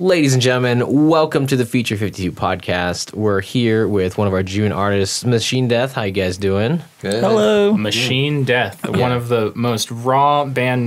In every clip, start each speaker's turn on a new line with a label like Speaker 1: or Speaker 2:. Speaker 1: Ladies and gentlemen, welcome to the Feature 52 podcast. We're here with one of our June artists, Machine Death. How you guys doing?
Speaker 2: Good.
Speaker 3: Hello.
Speaker 4: Machine Death, one of the most raw band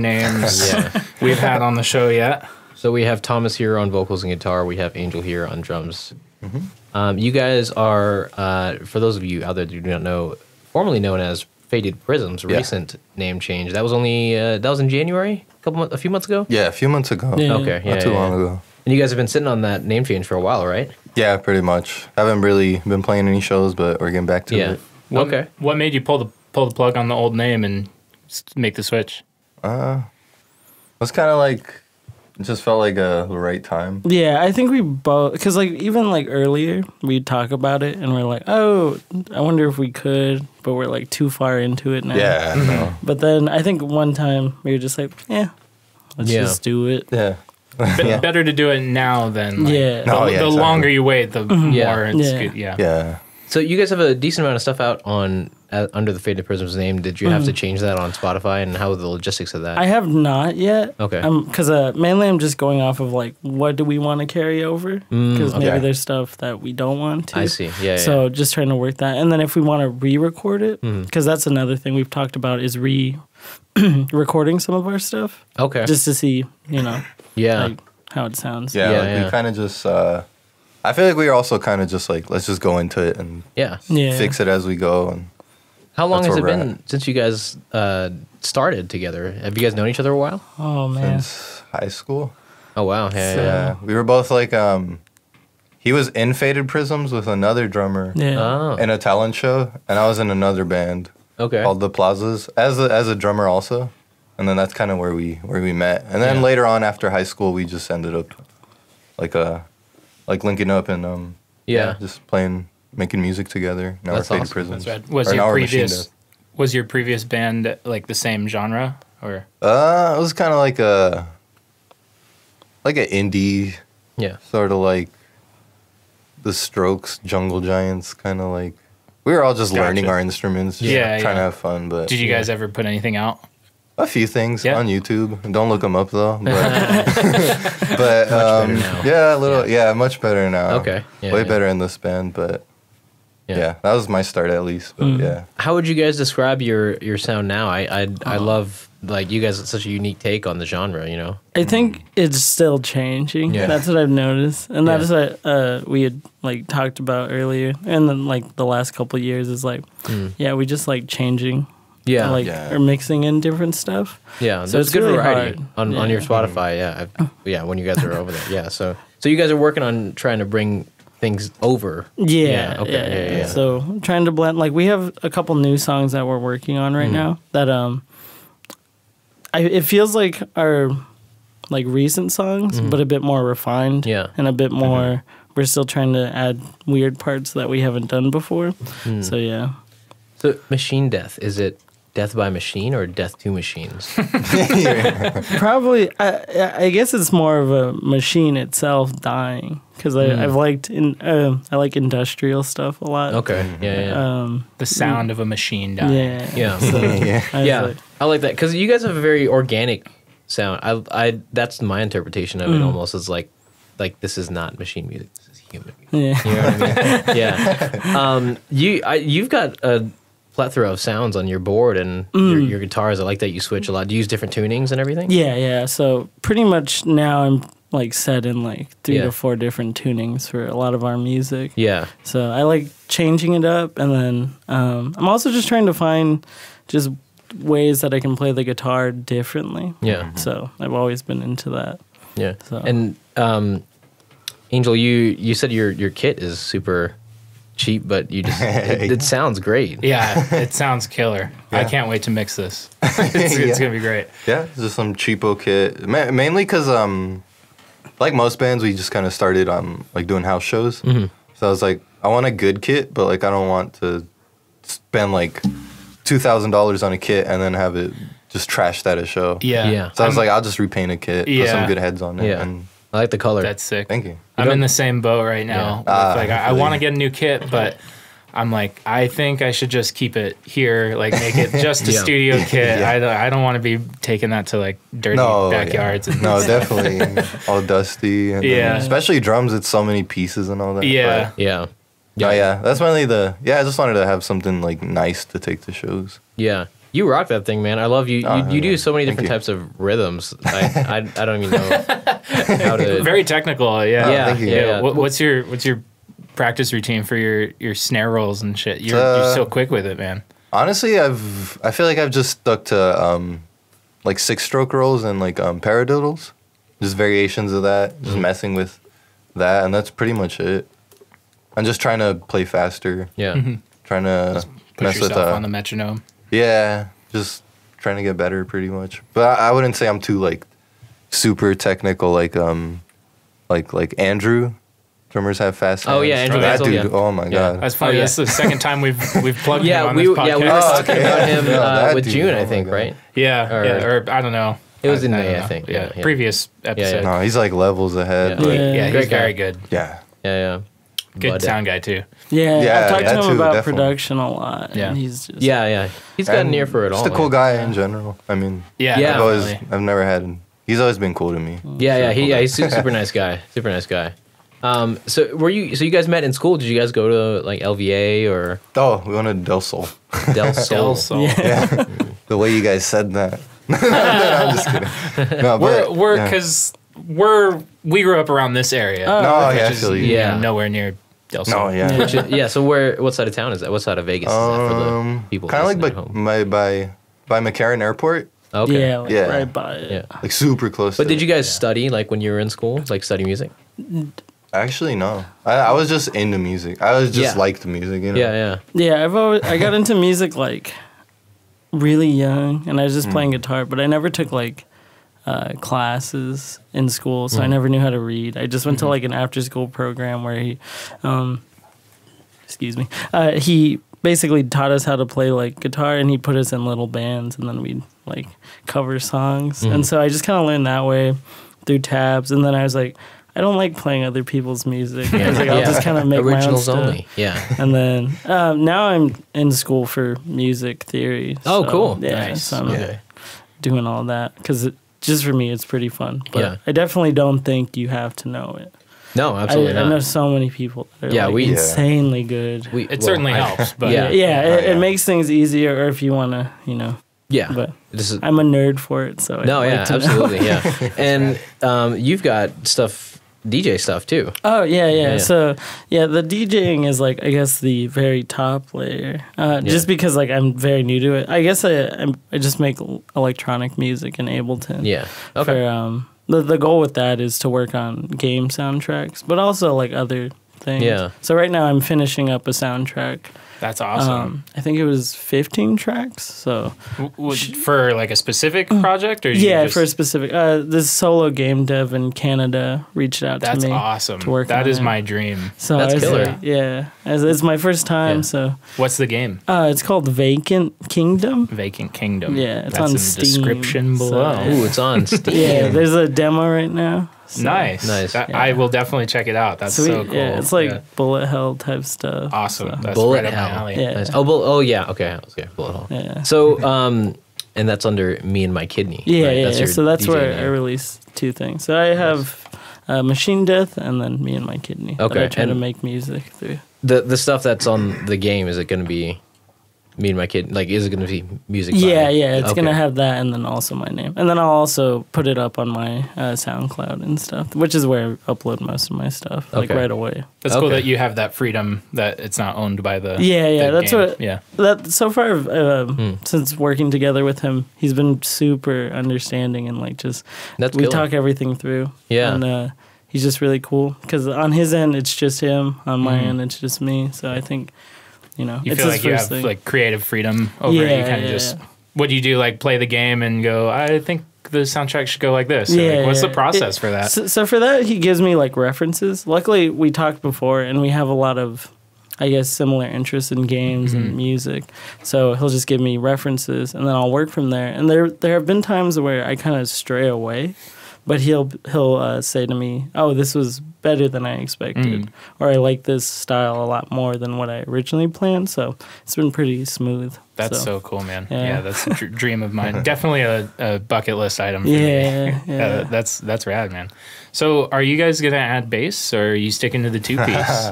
Speaker 4: names
Speaker 1: Yeah.
Speaker 4: we've had on the show yet.
Speaker 1: so we have Thomas here on vocals and guitar. We have Angel here on drums.
Speaker 2: Mm-hmm.
Speaker 1: Um, you guys are, uh, for those of you out there who do not know, formerly known as Faded Prisms. Recent name change. That was only uh, that was in January, a couple, month- a few months ago.
Speaker 2: Yeah, a few months ago.
Speaker 3: Yeah.
Speaker 1: Okay, yeah,
Speaker 2: Not too
Speaker 1: yeah,
Speaker 2: long
Speaker 1: yeah.
Speaker 2: ago.
Speaker 1: And you guys have been sitting on that name change for a while, right?
Speaker 2: Yeah, pretty much. I haven't really been playing any shows, but we're getting back to
Speaker 1: yeah.
Speaker 2: it.
Speaker 4: What,
Speaker 1: okay.
Speaker 4: What made you pull the pull the plug on the old name and s- make the switch?
Speaker 2: It was kind of like, it just felt like a right time.
Speaker 3: Yeah, I think we both because like even like earlier we talk about it and we're like, oh, I wonder if we could, but we're like too far into it now.
Speaker 2: Yeah. I know.
Speaker 3: But then I think one time we were just like, yeah, let's
Speaker 1: Yeah.
Speaker 3: just do it.
Speaker 2: yeah.
Speaker 4: Be- Better to do it now than like,
Speaker 3: Yeah.
Speaker 4: The,
Speaker 2: No, yeah,
Speaker 4: the
Speaker 2: exactly.
Speaker 4: longer you wait, the more
Speaker 1: Mm-hmm. Yeah.
Speaker 4: it's
Speaker 3: Yeah.
Speaker 4: good. Yeah.
Speaker 2: Yeah.
Speaker 1: So you guys have a decent amount of stuff out on uh, under the Faded Prisms name. Did you have to change that on Spotify, and how were the logistics of that?
Speaker 3: Mm. I have not yet.
Speaker 1: Okay.
Speaker 3: I'm because uh, mainly I'm just going off of like what do we want to carry over because
Speaker 2: okay.
Speaker 3: maybe there's stuff that we don't want to.
Speaker 1: Mm, I see. Yeah. Mm-hmm.
Speaker 3: So just trying to work that, and then if we want to re-record it, because that's another thing we've talked about is re-recording some of our stuff
Speaker 1: yeah. okay.
Speaker 3: just to see, you know,
Speaker 1: yeah.
Speaker 3: like how it sounds.
Speaker 2: Yeah.
Speaker 1: Yeah,
Speaker 2: like
Speaker 1: yeah.
Speaker 2: We kind of just, uh, I feel like we were also kind of just like, let's just go into it and
Speaker 1: yeah.
Speaker 3: Yeah.
Speaker 2: fix it as we go. And
Speaker 1: How long
Speaker 2: That's
Speaker 1: has it
Speaker 2: where we're
Speaker 1: been since you guys uh, started together? Have you guys known each other a while?
Speaker 3: Oh man.
Speaker 2: since high school.
Speaker 1: Oh wow. Yeah. yeah,
Speaker 2: Yeah. We were both like, um, he was in Faded Prisms with another drummer
Speaker 1: yeah.
Speaker 3: yeah.
Speaker 1: Oh.
Speaker 2: in a talent show, and I was in another band.
Speaker 1: okay.
Speaker 2: called the Plazas as a, as a drummer also, and then that's kind of where we where we met. And then
Speaker 1: Yeah.
Speaker 2: later on after high school, we just ended up like uh like linking up and um
Speaker 1: Yeah.
Speaker 2: just playing making music together. Now
Speaker 1: That's
Speaker 2: we're Faded
Speaker 1: awesome.
Speaker 2: Prisons.
Speaker 4: That's right. Was
Speaker 2: Or now
Speaker 4: your
Speaker 2: we're Machine
Speaker 4: previous
Speaker 2: Death.
Speaker 4: was your previous band like the same genre or
Speaker 2: Uh, it was kind of like a like an indie
Speaker 1: yeah.
Speaker 2: sort of like the Strokes, Jungle Giants, kind of like. We were all just learning
Speaker 4: Gotcha.
Speaker 2: our instruments, just
Speaker 4: Yeah,
Speaker 2: trying to
Speaker 4: yeah.
Speaker 2: have fun. But
Speaker 4: did you guys ever put anything out?
Speaker 2: A few things
Speaker 4: Yeah.
Speaker 2: on YouTube. Don't look them up though. But, but um,
Speaker 1: now.
Speaker 2: yeah, a little. Yeah. much better now.
Speaker 1: Okay. Yeah,
Speaker 2: Way
Speaker 1: yeah.
Speaker 2: better in this band, but
Speaker 1: Yeah.
Speaker 2: yeah. that was my start at least. But yeah,
Speaker 1: How would you guys describe your your sound now? I I,
Speaker 3: Uh-huh.
Speaker 1: I love like you guys have such a unique take on the genre. You know.
Speaker 3: I think it's still changing.
Speaker 1: Yeah.
Speaker 3: That's what I've noticed, and
Speaker 1: Yeah.
Speaker 3: that's what uh, we had like talked about earlier, and then like the last couple years is like, yeah, we just like changing,
Speaker 1: Mm. Yeah.
Speaker 3: like
Speaker 2: Yeah.
Speaker 3: or mixing in different stuff.
Speaker 1: Yeah,
Speaker 3: So
Speaker 1: there's
Speaker 3: it's
Speaker 1: good
Speaker 3: really
Speaker 1: variety
Speaker 3: hard.
Speaker 1: on, on your
Speaker 3: Yeah.
Speaker 1: Spotify. Yeah, I've, yeah, when you guys are over there. Yeah, so so you guys are working on trying to bring things over.
Speaker 3: Yeah.
Speaker 1: okay,
Speaker 3: Yeah,
Speaker 1: yeah, yeah.
Speaker 3: So I'm trying to blend like we have a couple new songs that we're working on
Speaker 1: Mm-hmm.
Speaker 3: right now that um I it feels like our like recent songs but a bit more refined
Speaker 1: Mm-hmm. Yeah. Mm-hmm.
Speaker 3: and a bit more we're still trying to add weird parts that we haven't done before.
Speaker 1: Mm.
Speaker 3: So yeah.
Speaker 1: So machine death is it death by machine or death to machines?
Speaker 3: Probably I I- I guess it's more of a machine itself dying cuz
Speaker 1: Mm.
Speaker 3: I I've liked in uh, I like industrial stuff a lot.
Speaker 1: Okay, yeah, yeah,
Speaker 3: Um,
Speaker 4: The sound of a machine dying.
Speaker 3: Yeah.
Speaker 1: yeah,
Speaker 2: yeah.
Speaker 3: I was
Speaker 1: yeah.
Speaker 3: like-
Speaker 1: I like that because you guys have a very organic sound. I I that's my interpretation of it
Speaker 3: Mm.
Speaker 1: almost is like like this is not machine music. This is human. music.
Speaker 3: yeah.
Speaker 1: You know what I mean? yeah. Um, you I, you've got a plethora of sounds on your board and your,
Speaker 4: Mm.
Speaker 1: your guitars. I like that you switch a lot. Do you use different tunings and everything?
Speaker 3: Yeah, yeah. So pretty much now I'm like set in like three
Speaker 1: Yeah.
Speaker 3: to four different tunings for a lot of our music.
Speaker 1: Yeah.
Speaker 3: So I like changing it up, and then um, I'm also just trying to find just ways that I can play the guitar differently.
Speaker 1: Yeah.
Speaker 2: Mm-hmm.
Speaker 3: So I've always been into that.
Speaker 1: Yeah.
Speaker 3: So-
Speaker 1: And um, Angel, you you said your your kit is super cheap, but you just it, it sounds great.
Speaker 4: Yeah, it sounds killer. I
Speaker 2: Yeah.
Speaker 4: can't wait to mix this. It's, it's
Speaker 2: Yeah.
Speaker 4: gonna be great.
Speaker 2: yeah, it's just some cheapo kit. Ma- mainly because um, like most bands, we just kind of started um like doing house shows. So I was like, I want a good kit, but like I don't want to spend like two thousand dollars on a kit and then have it just trashed at a show.
Speaker 4: Yeah.
Speaker 1: Yeah.
Speaker 2: So I was like, I'll just repaint a kit, put some
Speaker 4: Yeah.
Speaker 2: good heads on it,
Speaker 1: Yeah.
Speaker 2: and
Speaker 1: I like the color.
Speaker 4: That's sick.
Speaker 2: thank you.
Speaker 4: I'm in the same boat right now. with,
Speaker 2: Ah,
Speaker 4: like I, I
Speaker 2: really?
Speaker 4: want to get a new kit, but I'm like, I think I should just keep it here, like make it just a
Speaker 1: Yeah.
Speaker 4: studio kit.
Speaker 2: Yeah.
Speaker 4: I don't, I don't want to be taking that to like dirty
Speaker 2: No, yeah.
Speaker 4: backyards. And
Speaker 2: No, definitely all dusty. And then-
Speaker 4: Yeah.
Speaker 2: especially drums. It's so many pieces and all that.
Speaker 4: Yeah.
Speaker 2: but-
Speaker 1: Yeah.
Speaker 2: No, yeah. That's mainly the. Yeah, I just wanted to have something like nice to take to shows.
Speaker 1: Yeah. You rock that thing, man. I love you. You,
Speaker 2: Oh,
Speaker 1: you
Speaker 2: yeah.
Speaker 1: do so many
Speaker 2: Thank
Speaker 1: different
Speaker 2: you.
Speaker 1: types of rhythms. I, I, I don't even know how to.
Speaker 4: Very technical, yeah.
Speaker 1: Yeah,
Speaker 2: Oh, thank you.
Speaker 1: yeah, yeah.
Speaker 4: What, what's your what's your practice routine for your your snare rolls and shit? You're, you're
Speaker 2: Uh,
Speaker 4: so quick with it, man.
Speaker 2: Honestly, I've I feel like I've just stuck to um, like six stroke rolls and like um, paradiddles, just variations of that, just
Speaker 4: Mm-hmm.
Speaker 2: messing with that, and that's pretty much it. I'm just trying to play faster,
Speaker 1: Yeah.
Speaker 4: Mm-hmm.
Speaker 2: trying to
Speaker 4: Push
Speaker 2: mess with
Speaker 4: yourself
Speaker 2: uh,
Speaker 4: on the metronome.
Speaker 2: yeah, just trying to get better, pretty much. But I, I wouldn't say I'm too like super technical, like um, like like Andrew. Drummers have fast.
Speaker 1: Oh, yeah,
Speaker 2: hands.
Speaker 1: Andrew
Speaker 2: that
Speaker 1: Mansell,
Speaker 2: dude.
Speaker 1: yeah.
Speaker 2: Oh my god.
Speaker 4: That's funny.
Speaker 1: Oh, yeah.
Speaker 4: That's the second time we've we've plugged him
Speaker 1: Yeah,
Speaker 4: on
Speaker 1: we,
Speaker 4: this podcast.
Speaker 1: yeah, we were talking
Speaker 2: Oh, okay.
Speaker 1: about him
Speaker 2: Yeah,
Speaker 1: uh,
Speaker 2: that
Speaker 1: with
Speaker 2: dude.
Speaker 1: June,
Speaker 2: Oh
Speaker 1: I
Speaker 2: my
Speaker 1: think,
Speaker 2: God.
Speaker 1: right?
Speaker 4: Yeah,
Speaker 1: Or-
Speaker 4: or, yeah, or I don't know.
Speaker 1: It was in
Speaker 4: don't
Speaker 1: May, I
Speaker 4: know.
Speaker 1: think.
Speaker 4: Yeah,
Speaker 1: Yeah, yeah.
Speaker 4: previous episode. Yeah,
Speaker 2: no, he's like levels ahead.
Speaker 1: Yeah.
Speaker 2: but
Speaker 3: Yeah.
Speaker 2: yeah.
Speaker 4: he's
Speaker 1: Great guy.
Speaker 4: very good.
Speaker 1: Yeah, uh, yeah.
Speaker 4: Good
Speaker 1: Bud.
Speaker 4: sound guy too.
Speaker 3: Yeah,
Speaker 2: Yeah,
Speaker 3: I've talked
Speaker 2: that
Speaker 3: to him
Speaker 2: too,
Speaker 3: about
Speaker 2: definitely.
Speaker 3: production a lot.
Speaker 4: Yeah.
Speaker 3: and he's just,
Speaker 1: Yeah, yeah. He's got an ear for it all.
Speaker 2: Just a cool
Speaker 1: man.
Speaker 2: guy in general. I mean,
Speaker 4: Yeah,
Speaker 1: Yeah. Mm.
Speaker 2: I've always,
Speaker 4: definitely.
Speaker 2: I've never had. He's always been cool to me.
Speaker 1: Yeah, yeah. He,
Speaker 2: cool
Speaker 1: yeah,
Speaker 2: guy.
Speaker 1: he's a super nice guy. Super nice guy. Um, so were you? So you guys met in school? Did you guys go to like LVA or
Speaker 2: Oh, we wanted Del Sol.
Speaker 1: Del Sol?
Speaker 4: Del Sol.
Speaker 2: The way you guys said that. no, I'm just kidding. No,
Speaker 4: We're
Speaker 2: but,
Speaker 4: we're
Speaker 2: yeah.
Speaker 4: because we're we grew up around this area.
Speaker 3: Oh.
Speaker 2: No,
Speaker 4: which
Speaker 2: yeah, I
Speaker 4: is,
Speaker 2: feel you.
Speaker 4: you know,
Speaker 1: uh, Yeah.
Speaker 4: nowhere near Del Sol.
Speaker 2: No, yeah.
Speaker 1: Which is- yeah. So where? What side of town is that? What side of Vegas is that for the
Speaker 2: Um,
Speaker 1: people?
Speaker 2: kind of like
Speaker 1: listening
Speaker 2: by,
Speaker 1: at home?
Speaker 2: my, by by McCarran Airport,
Speaker 1: Okay.
Speaker 3: yeah, like
Speaker 2: Yeah.
Speaker 3: right by it.
Speaker 1: Yeah.
Speaker 2: like super close.
Speaker 1: But
Speaker 2: to
Speaker 1: did
Speaker 2: it.
Speaker 1: you guys study like when you were in school? Like study music?
Speaker 2: Actually, no. I, I was just into music. I was just
Speaker 1: Yeah.
Speaker 2: liked music. You know.
Speaker 1: Yeah, yeah.
Speaker 3: Yeah, I've always I got into music like really young, and I was just
Speaker 1: Mm.
Speaker 3: playing guitar, but I never took like uh, classes in school,
Speaker 1: Mm.
Speaker 3: so I never knew how to read. I just went
Speaker 1: Mm-hmm.
Speaker 3: to like an after-school program where he, um, excuse me, uh, he basically taught us how to play like guitar, and he put us in little bands, and then we'd like cover songs,
Speaker 1: Mm.
Speaker 3: and so I just kind of learned that way through tabs, and then I was like. I don't like playing other people's music. I was like, I'll
Speaker 1: Yeah.
Speaker 3: just kind of make my own
Speaker 1: Originals
Speaker 3: stuff
Speaker 1: only. Yeah.
Speaker 3: and then um, now I'm in school for music theory.
Speaker 1: Oh,
Speaker 3: so,
Speaker 1: cool.
Speaker 3: Yeah,
Speaker 4: Nice.
Speaker 3: so I'm
Speaker 1: Okay.
Speaker 3: doing all that because just for me, it's pretty fun. But
Speaker 1: Yeah.
Speaker 3: I definitely don't think you have to know it.
Speaker 1: No,
Speaker 3: I,
Speaker 1: absolutely
Speaker 3: I know
Speaker 1: not.
Speaker 3: so many people that are
Speaker 1: Yeah,
Speaker 3: like
Speaker 1: we- Yeah.
Speaker 3: insanely good.
Speaker 1: We,
Speaker 4: It
Speaker 1: well,
Speaker 4: certainly
Speaker 1: I-
Speaker 4: helps, but
Speaker 1: Yeah.
Speaker 3: yeah, it, it
Speaker 2: yeah.
Speaker 3: makes things easier, or if you want to, you know.
Speaker 1: Yeah.
Speaker 3: But
Speaker 1: this is,
Speaker 3: I'm a nerd for it, so I
Speaker 1: no,
Speaker 3: like
Speaker 1: yeah,
Speaker 3: to know.
Speaker 1: absolutely. Yeah. And um, you've got stuff, DJ stuff too.
Speaker 3: Oh yeah, yeah,
Speaker 1: yeah.
Speaker 3: So yeah, the DJing is like I guess the very top layer. Uh, Just because like I'm very new to it. I guess I I'm, I just make l- electronic music in Ableton.
Speaker 1: Yeah. Okay.
Speaker 3: For, um, the the goal with that is to work on game soundtracks, but also like other things.
Speaker 1: Yeah.
Speaker 3: So right now I'm finishing up a soundtrack.
Speaker 4: that's
Speaker 3: Um,
Speaker 4: awesome.
Speaker 3: I think it was 15 tracks. So
Speaker 4: W- w- for like a specific project, or you
Speaker 3: Mm. yeah,
Speaker 4: just,
Speaker 3: for a specific uh, this solo game dev in Canada reached out
Speaker 4: that's
Speaker 3: to me.
Speaker 4: awesome.
Speaker 3: to work
Speaker 4: That
Speaker 3: on
Speaker 4: is
Speaker 3: it.
Speaker 4: my dream.
Speaker 3: So
Speaker 1: That's
Speaker 3: I was
Speaker 1: killer.
Speaker 3: like, yeah, As- it's my first time,
Speaker 1: Yeah.
Speaker 3: so
Speaker 4: What's the game?
Speaker 3: uh, it's called Vacant Kingdom.
Speaker 4: Vacant Kingdom.
Speaker 3: Yeah, it's
Speaker 4: that's
Speaker 3: on
Speaker 4: in the
Speaker 3: Steam,
Speaker 4: description
Speaker 3: so-
Speaker 4: below.
Speaker 1: Ooh, it's on Steam.
Speaker 3: Yeah, there's a demo right now. so-
Speaker 4: nice,
Speaker 1: Nice.
Speaker 4: That-
Speaker 3: uh, Yeah.
Speaker 4: I will definitely check it out. That's
Speaker 3: Sweet.
Speaker 4: so cool.
Speaker 3: Yeah, it's like
Speaker 4: Yeah.
Speaker 3: bullet hell type stuff.
Speaker 4: awesome. That's
Speaker 1: Bullet
Speaker 4: right up my
Speaker 1: Hell.
Speaker 4: alley.
Speaker 3: Yeah.
Speaker 1: Nice. Oh, bull- oh yeah. Okay. Okay. Bullet hole.
Speaker 3: Yeah.
Speaker 1: So, um, and that's under me and my kidney.
Speaker 3: Yeah,
Speaker 1: right?
Speaker 3: yeah.
Speaker 1: your
Speaker 3: so that's
Speaker 1: DJ
Speaker 3: where I
Speaker 1: name.
Speaker 3: release two things. So I have uh, Machine Death and then Me and My Kidney. that
Speaker 1: Okay,
Speaker 3: I try to
Speaker 1: and-
Speaker 3: make music through.
Speaker 1: the the stuff that's on the game is it going to be me and my kid? Like, is it going to be music? by
Speaker 3: Yeah,
Speaker 1: me?
Speaker 3: yeah. It's
Speaker 1: Okay.
Speaker 3: gonna have that, and then also my name, and then I'll also put it up on my uh, SoundCloud and stuff, which is where I upload most of my stuff, like
Speaker 1: Okay.
Speaker 3: right away.
Speaker 4: That's cool
Speaker 1: Okay.
Speaker 4: that you have that freedom that it's not owned by the
Speaker 3: Yeah, yeah,
Speaker 4: the
Speaker 3: that's
Speaker 4: game.
Speaker 3: what-
Speaker 4: yeah
Speaker 3: that so far uh,
Speaker 1: Hmm.
Speaker 3: since working together with him he's been super understanding and like just
Speaker 1: That's
Speaker 3: we
Speaker 1: killer.
Speaker 3: talk everything through
Speaker 1: Yeah.
Speaker 3: and uh, he's just really cool because on his end it's just him on my
Speaker 1: Hmm.
Speaker 3: end it's just me so i think you know
Speaker 4: you
Speaker 3: it's
Speaker 4: feel
Speaker 3: his
Speaker 4: like you have
Speaker 3: first thing
Speaker 4: like creative freedom over it. You
Speaker 3: Yeah,
Speaker 4: kind of
Speaker 3: yeah,
Speaker 4: just
Speaker 3: yeah.
Speaker 4: what do you do? Like play the game and go. I think the soundtrack should go like this. Or, like, what's the
Speaker 3: yeah.
Speaker 4: process
Speaker 3: It-
Speaker 4: for that?
Speaker 3: So, so for that, he gives me like references. Luckily, we talked before, and we have a lot of, I guess, similar interests in games
Speaker 4: Mm-hmm.
Speaker 3: and music. So he'll just give me references, and then I'll work from there. And there, there have been times where I kind of stray away, but he'll he'll uh, say to me, "Oh, this was better than I
Speaker 4: Mm.
Speaker 3: expected, or I like this style a lot more than what I originally planned. So it's been pretty smooth.
Speaker 4: That's so, cool, man.
Speaker 3: yeah.
Speaker 4: Yeah, that's a dr- dream of mine. Definitely a, a bucket list item. For
Speaker 3: Yeah,
Speaker 4: me.
Speaker 3: yeah.
Speaker 4: Uh, that's that's rad, man. So, are you guys gonna add bass, or are you sticking to the two piece?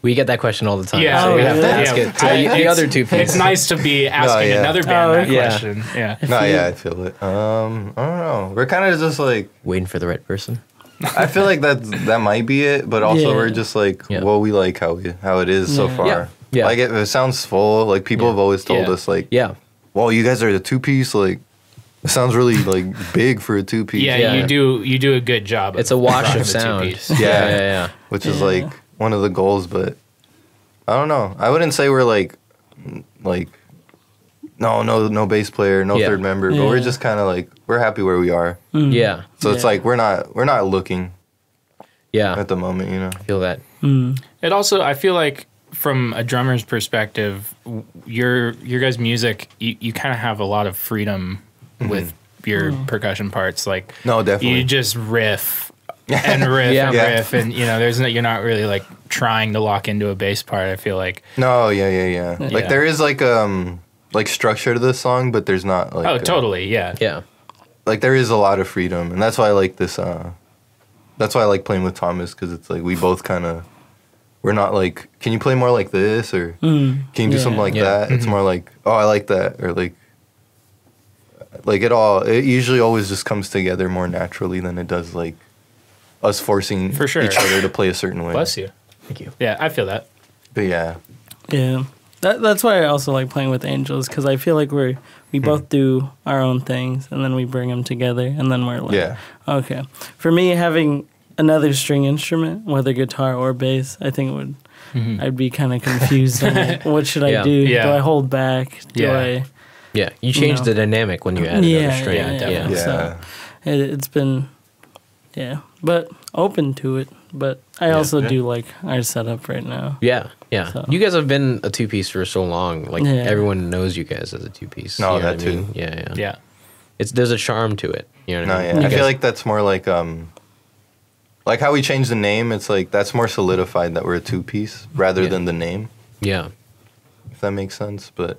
Speaker 1: We get that question all the time.
Speaker 4: yeah,
Speaker 1: so
Speaker 3: Oh,
Speaker 1: we have to
Speaker 3: really?
Speaker 1: ask it. to
Speaker 4: I-
Speaker 1: the- the
Speaker 4: it's-
Speaker 1: other two
Speaker 4: It's
Speaker 1: pieces.
Speaker 4: nice to be asking
Speaker 2: yeah.
Speaker 4: another band
Speaker 3: Oh,
Speaker 4: that
Speaker 1: yeah.
Speaker 4: question. Yeah.
Speaker 2: No, yeah, I feel it. Um, I don't know. We're kind of just like
Speaker 1: Waiting for the right person.
Speaker 2: I feel like that's that might be it, but also
Speaker 3: Yeah.
Speaker 2: we're just like,
Speaker 1: Yeah.
Speaker 2: well, we like how we, how it is so
Speaker 3: Yeah.
Speaker 2: far.
Speaker 1: Yeah. Yeah.
Speaker 2: Like it, it sounds full. Like people have always told
Speaker 4: Yeah.
Speaker 2: us, like,
Speaker 1: Yeah.
Speaker 2: well, you guys are the two piece. Like, it sounds really like big for a two piece.
Speaker 4: yeah,
Speaker 1: Yeah.
Speaker 4: you do you do a good job.
Speaker 1: It's a wash
Speaker 4: rocking
Speaker 1: of
Speaker 4: the
Speaker 1: sound.
Speaker 4: two-piece.
Speaker 1: Yeah, yeah, yeah.
Speaker 2: which is like one of the goals. But I don't know. I wouldn't say we're like n- like no, no, no bass player, no
Speaker 1: Yeah.
Speaker 2: third member. But we're
Speaker 3: Yeah.
Speaker 2: just kind of like we're happy where we are.
Speaker 3: Hmm.
Speaker 1: Yeah.
Speaker 2: So it's
Speaker 3: Yeah.
Speaker 2: like we're not we're not looking
Speaker 1: Yeah.
Speaker 2: at the moment. You know.
Speaker 1: I feel that.
Speaker 3: Mm.
Speaker 4: It also, I feel like from a drummer's perspective, w- your your guys' music, you, you kind of have a lot of freedom
Speaker 1: Mm-hmm.
Speaker 4: with your percussion parts. Like,
Speaker 2: No, definitely.
Speaker 4: you just riff and riff
Speaker 1: Yeah.
Speaker 4: and
Speaker 2: Yeah.
Speaker 4: riff, and you know, there's no, you're not really like trying to lock into a bass part. I feel like,
Speaker 2: No, yeah, yeah, yeah. Like
Speaker 4: Yeah.
Speaker 2: there is like um like structure to this song, but there's not like
Speaker 4: oh,
Speaker 2: uh,
Speaker 4: totally, yeah,
Speaker 1: Yeah.
Speaker 2: like there is a lot of freedom, and that's why I like this. uh That's why I like playing with Thomas because it's like we both kind of we're not like can you play more like this or can you do
Speaker 3: yeah.
Speaker 2: something like
Speaker 1: Mm, Yeah.
Speaker 2: that?
Speaker 4: Mm-hmm.
Speaker 2: It's more like oh I like that or like like it all. It usually always just comes together more naturally than it does like us forcing
Speaker 4: For sure.
Speaker 2: each other to play a certain way.
Speaker 4: Bless you.
Speaker 1: Thank you.
Speaker 4: Yeah, I feel that.
Speaker 2: But yeah,
Speaker 3: Yeah. That, that's why I also like playing with angels because I feel like we're we both do our own things and then we bring them together and then we're like,
Speaker 2: Yeah.
Speaker 3: okay. For me, having another string instrument, whether guitar or bass, I think it would I'd be kind of confused. on like, what should I
Speaker 1: Yeah.
Speaker 3: do?
Speaker 4: Yeah.
Speaker 3: Do I hold back? Do
Speaker 4: Yeah.
Speaker 3: I?
Speaker 1: Yeah. You change
Speaker 3: No.
Speaker 1: the dynamic when you add another
Speaker 3: Yeah,
Speaker 1: string.
Speaker 3: yeah, yeah.
Speaker 2: yeah.
Speaker 3: So- It, it's been, yeah, but open to it. But I also
Speaker 2: Yeah.
Speaker 3: do like our setup right now.
Speaker 1: Yeah, yeah.
Speaker 3: So-
Speaker 1: You guys have been a two piece for so long. Like
Speaker 3: Yeah.
Speaker 1: everyone knows you guys as a two piece.
Speaker 2: No,
Speaker 1: you know
Speaker 2: that
Speaker 1: what I mean?
Speaker 2: too.
Speaker 1: Yeah, yeah,
Speaker 4: Yeah,
Speaker 1: It's there's a charm to it. You know what
Speaker 2: No,
Speaker 1: I mean?
Speaker 2: yeah.
Speaker 1: You
Speaker 2: I feel
Speaker 1: guys-
Speaker 2: like that's more like um like how we changed the name, it's like that's more solidified that we're a two piece rather
Speaker 1: Yeah.
Speaker 2: than the name,
Speaker 1: yeah,
Speaker 2: if that makes sense. But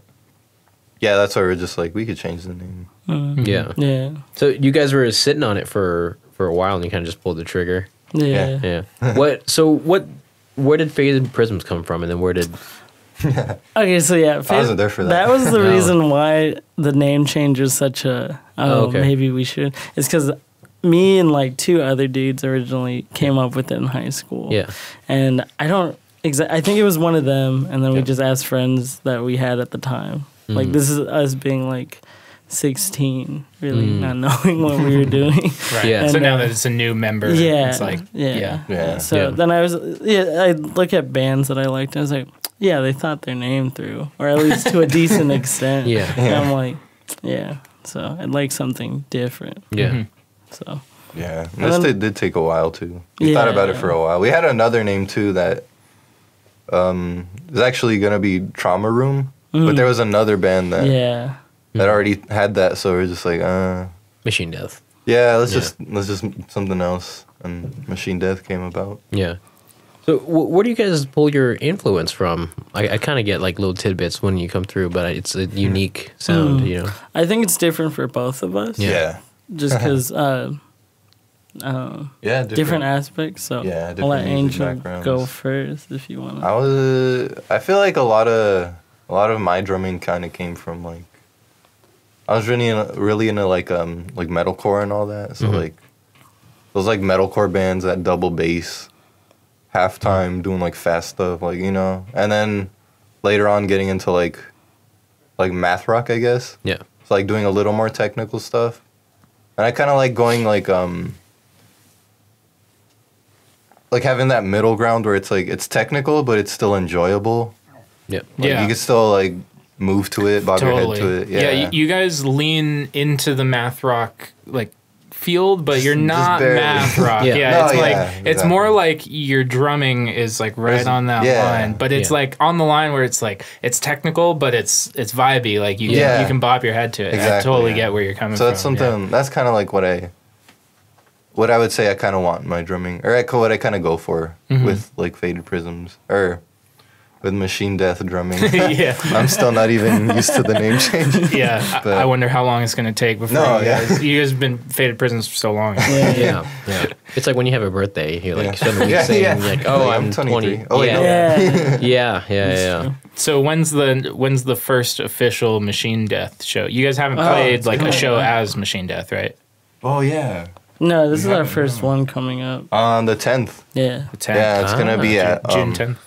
Speaker 2: yeah, that's why we're just like we could change the name.
Speaker 3: Mm-hmm.
Speaker 1: yeah,
Speaker 3: Yeah,
Speaker 1: So you guys were sitting on it for for a while, and you kind of just pulled the trigger.
Speaker 3: yeah.
Speaker 1: Yeah. what? So what? Where did faded prisms come from, and then where did?
Speaker 3: Okay, so yeah, fa-
Speaker 2: wasn't there for that.
Speaker 3: was the
Speaker 1: No.
Speaker 3: reason why the name change was such a. Oh,
Speaker 1: Oh, okay.
Speaker 3: maybe we should. It's because me and like two other dudes originally came up with it in high school.
Speaker 1: Yeah.
Speaker 3: and I don't. Exa- I think it was one of them, and then we
Speaker 1: Yeah.
Speaker 3: just asked friends that we had at the time. Like this is us being like sixteen, really not knowing what we were doing.
Speaker 4: right.
Speaker 1: Yeah.
Speaker 4: So
Speaker 3: And,
Speaker 4: now
Speaker 3: uh,
Speaker 4: that it's a new member,
Speaker 3: Yeah.
Speaker 4: it's like
Speaker 3: yeah.
Speaker 4: yeah.
Speaker 2: Yeah.
Speaker 3: So
Speaker 1: Yeah.
Speaker 3: then I was, yeah, I look at bands that I liked, and I was like, yeah, they thought their name through, or at least to a decent extent.
Speaker 1: Yeah.
Speaker 3: And I'm like, yeah. So I'd like something different.
Speaker 1: Yeah.
Speaker 2: Mm-hmm.
Speaker 3: So
Speaker 2: Yeah. And this
Speaker 3: Um,
Speaker 2: did, did take a while too. We thought
Speaker 3: Yeah.
Speaker 2: about it for a while. We had another name too that um is actually gonna be Trauma Room. But there was another band that
Speaker 3: yeah,
Speaker 2: that already had that, so we're just like, uh
Speaker 1: Machine death.
Speaker 2: yeah, let's
Speaker 1: Yeah.
Speaker 2: just let's just m- something else. And Machine Death came about.
Speaker 1: Yeah. So wh- where do you guys pull your influence from? I, I kind of get like little tidbits when you come through, but it's
Speaker 2: Mm-hmm.
Speaker 1: a unique sound.
Speaker 2: Mm.
Speaker 1: You know.
Speaker 3: I think it's different for both of us.
Speaker 2: Yeah.
Speaker 3: Just
Speaker 2: Uh-huh.
Speaker 3: because uh,
Speaker 2: Yeah,
Speaker 3: different aspects. So
Speaker 2: Yeah,
Speaker 3: I'll
Speaker 2: different
Speaker 3: let
Speaker 2: music
Speaker 3: Angel
Speaker 2: backgrounds.
Speaker 3: go first if you want.
Speaker 2: I was. Uh, I feel like a lot of a lot of my drumming kind of came from like. I was really in, really into like um like metalcore and all that. So like, those like metalcore bands that double bass, halftime doing like fast stuff like you know, and then later on getting into like, like math rock I guess.
Speaker 1: Yeah.
Speaker 2: So like doing a little more technical stuff. And I kind of like going like um like having that middle ground where it's like it's technical but it's still enjoyable.
Speaker 1: Yeah.
Speaker 2: Like,
Speaker 4: Yeah.
Speaker 2: You can still like move to it, bob your head to it. Yeah.
Speaker 4: you, you guys lean into the math rock like field, but you're
Speaker 2: Just- just
Speaker 4: not
Speaker 2: barely.
Speaker 4: math rock.
Speaker 1: Yeah.
Speaker 4: yeah.
Speaker 2: No,
Speaker 4: it's
Speaker 2: yeah,
Speaker 4: like it's
Speaker 2: exactly.
Speaker 4: more like your drumming is like right
Speaker 2: There's-
Speaker 4: on that
Speaker 2: yeah.
Speaker 4: line, but it's
Speaker 1: Yeah.
Speaker 4: like on the line where it's like it's technical, but it's it's vibey. Like you
Speaker 2: Yeah.
Speaker 4: can, you can bob your head to it. I
Speaker 2: Exactly,
Speaker 4: totally
Speaker 2: yeah.
Speaker 4: get where you're coming
Speaker 2: so
Speaker 4: from.
Speaker 2: that's something that's kind of like what I what I would say I kind of want in my drumming, or I, what I kind of go for with like faded prisms, or with machine death drumming.
Speaker 4: yeah.
Speaker 2: I'm still not even used to the name change.
Speaker 4: Yeah. I,
Speaker 2: But-
Speaker 4: I wonder how long it's going to take before
Speaker 2: No,
Speaker 4: you
Speaker 2: yeah.
Speaker 4: guys, you guys have been faded prisons for so long.
Speaker 3: Yeah, yeah.
Speaker 1: Yeah, yeah. It's like when you have a birthday, you like
Speaker 2: Yeah.
Speaker 1: spend a week
Speaker 2: Yeah,
Speaker 1: saying
Speaker 2: yeah.
Speaker 1: like, "Oh,
Speaker 2: Like, I'm
Speaker 1: I'm
Speaker 2: 23.
Speaker 1: 20."
Speaker 2: Oh, wait,
Speaker 1: yeah.
Speaker 2: no.
Speaker 3: Yeah.
Speaker 1: yeah, yeah, yeah, yeah.
Speaker 4: So when's the when's the first official Machine Death show? You guys haven't played like a show as Machine Death, right?
Speaker 2: Oh yeah,
Speaker 3: No, this is our
Speaker 2: haven't,
Speaker 3: first one coming up.
Speaker 2: on the 10th.
Speaker 3: Yeah.
Speaker 4: The 10th.
Speaker 2: Yeah, it's gonna be
Speaker 4: June-
Speaker 2: at um,
Speaker 4: Uh, Ah, June tenth.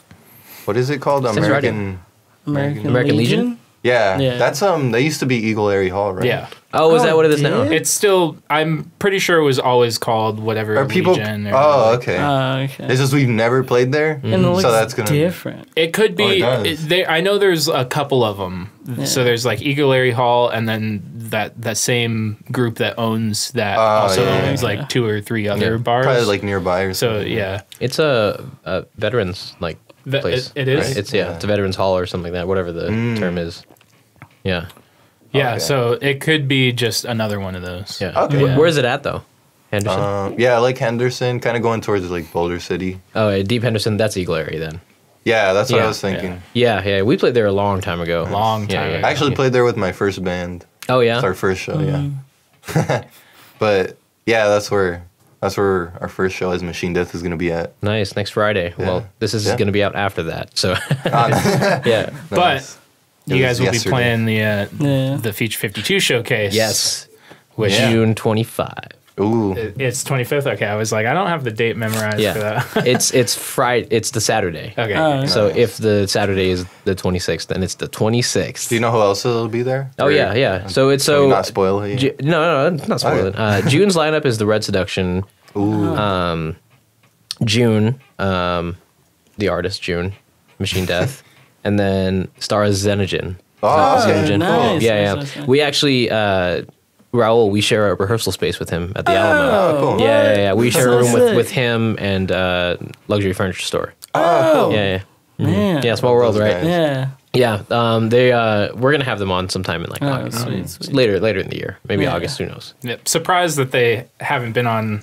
Speaker 2: what is it called?
Speaker 1: Sounds right.
Speaker 2: American.
Speaker 3: American,
Speaker 1: American
Speaker 3: Legion?
Speaker 1: Legion?
Speaker 2: Yeah,
Speaker 3: Yeah.
Speaker 2: that's um. They used to be Eagle Airy Hall, right?
Speaker 4: Yeah.
Speaker 1: Oh, is that what it is now?
Speaker 3: did?
Speaker 4: It's still I'm pretty sure it was always called whatever
Speaker 2: Are people?
Speaker 4: Legion or-
Speaker 2: oh, okay.
Speaker 3: Oh, okay.
Speaker 2: it's just we've never played there,
Speaker 3: and it looks
Speaker 2: so that's gonna.
Speaker 3: different.
Speaker 4: It could
Speaker 2: Oh, it
Speaker 4: be.
Speaker 2: does.
Speaker 4: it- they, I know there's a couple of them. So there's like Eagle Larry Hall, and then that that same group that owns that
Speaker 2: Oh,
Speaker 4: also
Speaker 2: yeah,
Speaker 4: owns
Speaker 3: yeah.
Speaker 4: like two or three other
Speaker 1: Yeah.
Speaker 4: bars.
Speaker 2: Probably like nearby or
Speaker 4: so,
Speaker 2: something.
Speaker 4: yeah.
Speaker 1: It's a, a veterans like
Speaker 4: Ve-
Speaker 1: place.
Speaker 4: it- it is?
Speaker 1: It's yeah,
Speaker 2: Yeah. Mm.
Speaker 1: it's a veterans hall or something like that, whatever the term is. Yeah,
Speaker 4: Yeah,
Speaker 2: Okay.
Speaker 4: so it could be just another one of those.
Speaker 1: yeah.
Speaker 2: Okay.
Speaker 1: Wh- Where is it at though? Henderson.
Speaker 2: Um, yeah, like Henderson, kind of going towards like Boulder City.
Speaker 1: oh, yeah, Deep Henderson. That's Eagle Area then.
Speaker 2: Yeah, that's what
Speaker 1: Yeah,
Speaker 2: I was thinking.
Speaker 1: Yeah, yeah. We played there a long time ago.
Speaker 4: Long
Speaker 1: Yeah,
Speaker 4: time
Speaker 1: yeah,
Speaker 4: ago.
Speaker 2: I actually
Speaker 1: yeah.
Speaker 2: played there with my first band.
Speaker 1: Oh yeah.
Speaker 2: It's our first show, yeah. but yeah, that's where that's where our first show as Machine Death is gonna be at.
Speaker 1: Nice. Next Friday. Well, this is
Speaker 2: Yeah.
Speaker 1: going to be out after that. So yeah.
Speaker 2: Nice.
Speaker 4: But
Speaker 2: Ah, It
Speaker 4: you
Speaker 2: was
Speaker 4: guys will
Speaker 2: yesterday.
Speaker 4: be playing the uh,
Speaker 3: Yeah.
Speaker 4: the Feature 52 showcase.
Speaker 1: Yes.
Speaker 4: Which
Speaker 1: June twenty five.
Speaker 2: Ooh,
Speaker 4: it's 25th. Okay, I was like, I don't have the date memorized for
Speaker 1: Yeah.
Speaker 4: that.
Speaker 1: it's it's Friday. It's the Saturday.
Speaker 4: okay.
Speaker 3: Oh, okay.
Speaker 1: So if the Saturday is the 26th, then it's the 26th.
Speaker 2: do you know who else will be there?
Speaker 1: oh
Speaker 2: Or-
Speaker 1: yeah, yeah. So it's
Speaker 2: Can
Speaker 1: so
Speaker 2: we not spoil it.
Speaker 1: Ju- no, no, no, not spoil
Speaker 2: Okay.
Speaker 1: it. Uh, June's lineup is the Red Seduction.
Speaker 2: Oh,
Speaker 1: um,
Speaker 2: Ooh,
Speaker 1: June, um, the artist June, Machine Death, and then Stars Xenogen.
Speaker 2: Oh,
Speaker 1: Xenogen.
Speaker 3: nice,
Speaker 1: Yeah, yeah.
Speaker 3: nice, nice, nice.
Speaker 1: We actually, uh, Raul, we share a rehearsal space with him at the Alamo.
Speaker 2: oh, cool.
Speaker 1: Yeah, yeah, yeah. We share a
Speaker 3: so
Speaker 1: room with,
Speaker 3: sick.
Speaker 1: with him and uh, luxury furniture store.
Speaker 2: Oh,
Speaker 1: Yeah, yeah.
Speaker 3: Man.
Speaker 1: Yeah, small world,
Speaker 2: Those
Speaker 1: right?
Speaker 2: guys.
Speaker 3: Yeah.
Speaker 1: Yeah, um, they uh, we're gonna have them on sometime in like
Speaker 4: Um,
Speaker 3: Oh,
Speaker 1: August,
Speaker 3: sweet, sweet.
Speaker 1: later later in the year, maybe
Speaker 3: Yeah.
Speaker 1: August. Who knows?
Speaker 4: Yep. Surprised that they haven't been on,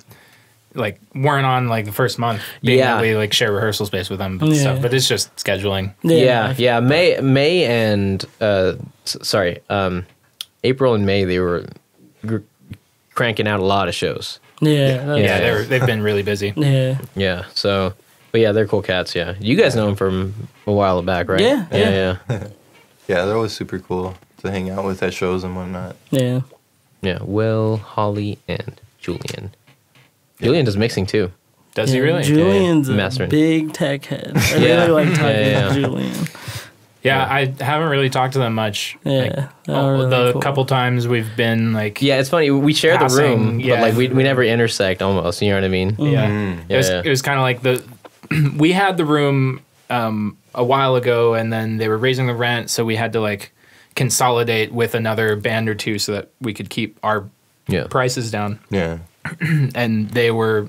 Speaker 4: like, weren't on like the first month. Being
Speaker 1: Yeah.
Speaker 4: that we like share rehearsal space with them and
Speaker 3: Yeah.
Speaker 4: stuff, but it's just scheduling.
Speaker 1: Yeah, yeah. May May and uh, s- sorry, um, April and May they were gr- cranking out a lot of shows.
Speaker 3: Yeah. that's-
Speaker 4: Yeah,
Speaker 1: Yeah.
Speaker 4: they're they've been really busy.
Speaker 3: Yeah.
Speaker 1: Yeah, so but yeah, they're cool cats. Yeah, you guys know them from a while back, right?
Speaker 3: Yeah,
Speaker 1: yeah, yeah, yeah.
Speaker 2: yeah, they're always super cool to hang out with at shows and whatnot.
Speaker 3: Yeah.
Speaker 1: Yeah, Will, Holly, and Julian. Julian does mixing too.
Speaker 4: Does he
Speaker 3: Yeah,
Speaker 4: really?
Speaker 3: Julian's
Speaker 1: Yeah, yeah.
Speaker 3: a
Speaker 1: Mastering.
Speaker 3: big tech head. I
Speaker 1: Yeah.
Speaker 3: really like
Speaker 1: Yeah,
Speaker 3: talking
Speaker 1: yeah,
Speaker 3: to
Speaker 1: yeah.
Speaker 3: Julian.
Speaker 4: yeah, I haven't really talked to them much.
Speaker 3: Yeah,
Speaker 4: Like,
Speaker 3: they're
Speaker 4: oh,
Speaker 3: really
Speaker 4: the
Speaker 3: cool.
Speaker 4: couple times we've been like,
Speaker 1: Yeah, it's funny. We share the
Speaker 4: Passing,
Speaker 1: room,
Speaker 4: yeah.
Speaker 1: but like we, we never intersect almost. You know what I mean?
Speaker 4: yeah. It was
Speaker 1: Yeah.
Speaker 4: it was kind of like the we had the room um, a while ago, and then they were raising the rent, so we had to like consolidate with another band or two so that we could keep our
Speaker 1: Yeah.
Speaker 4: prices down.
Speaker 2: Yeah,
Speaker 4: and they were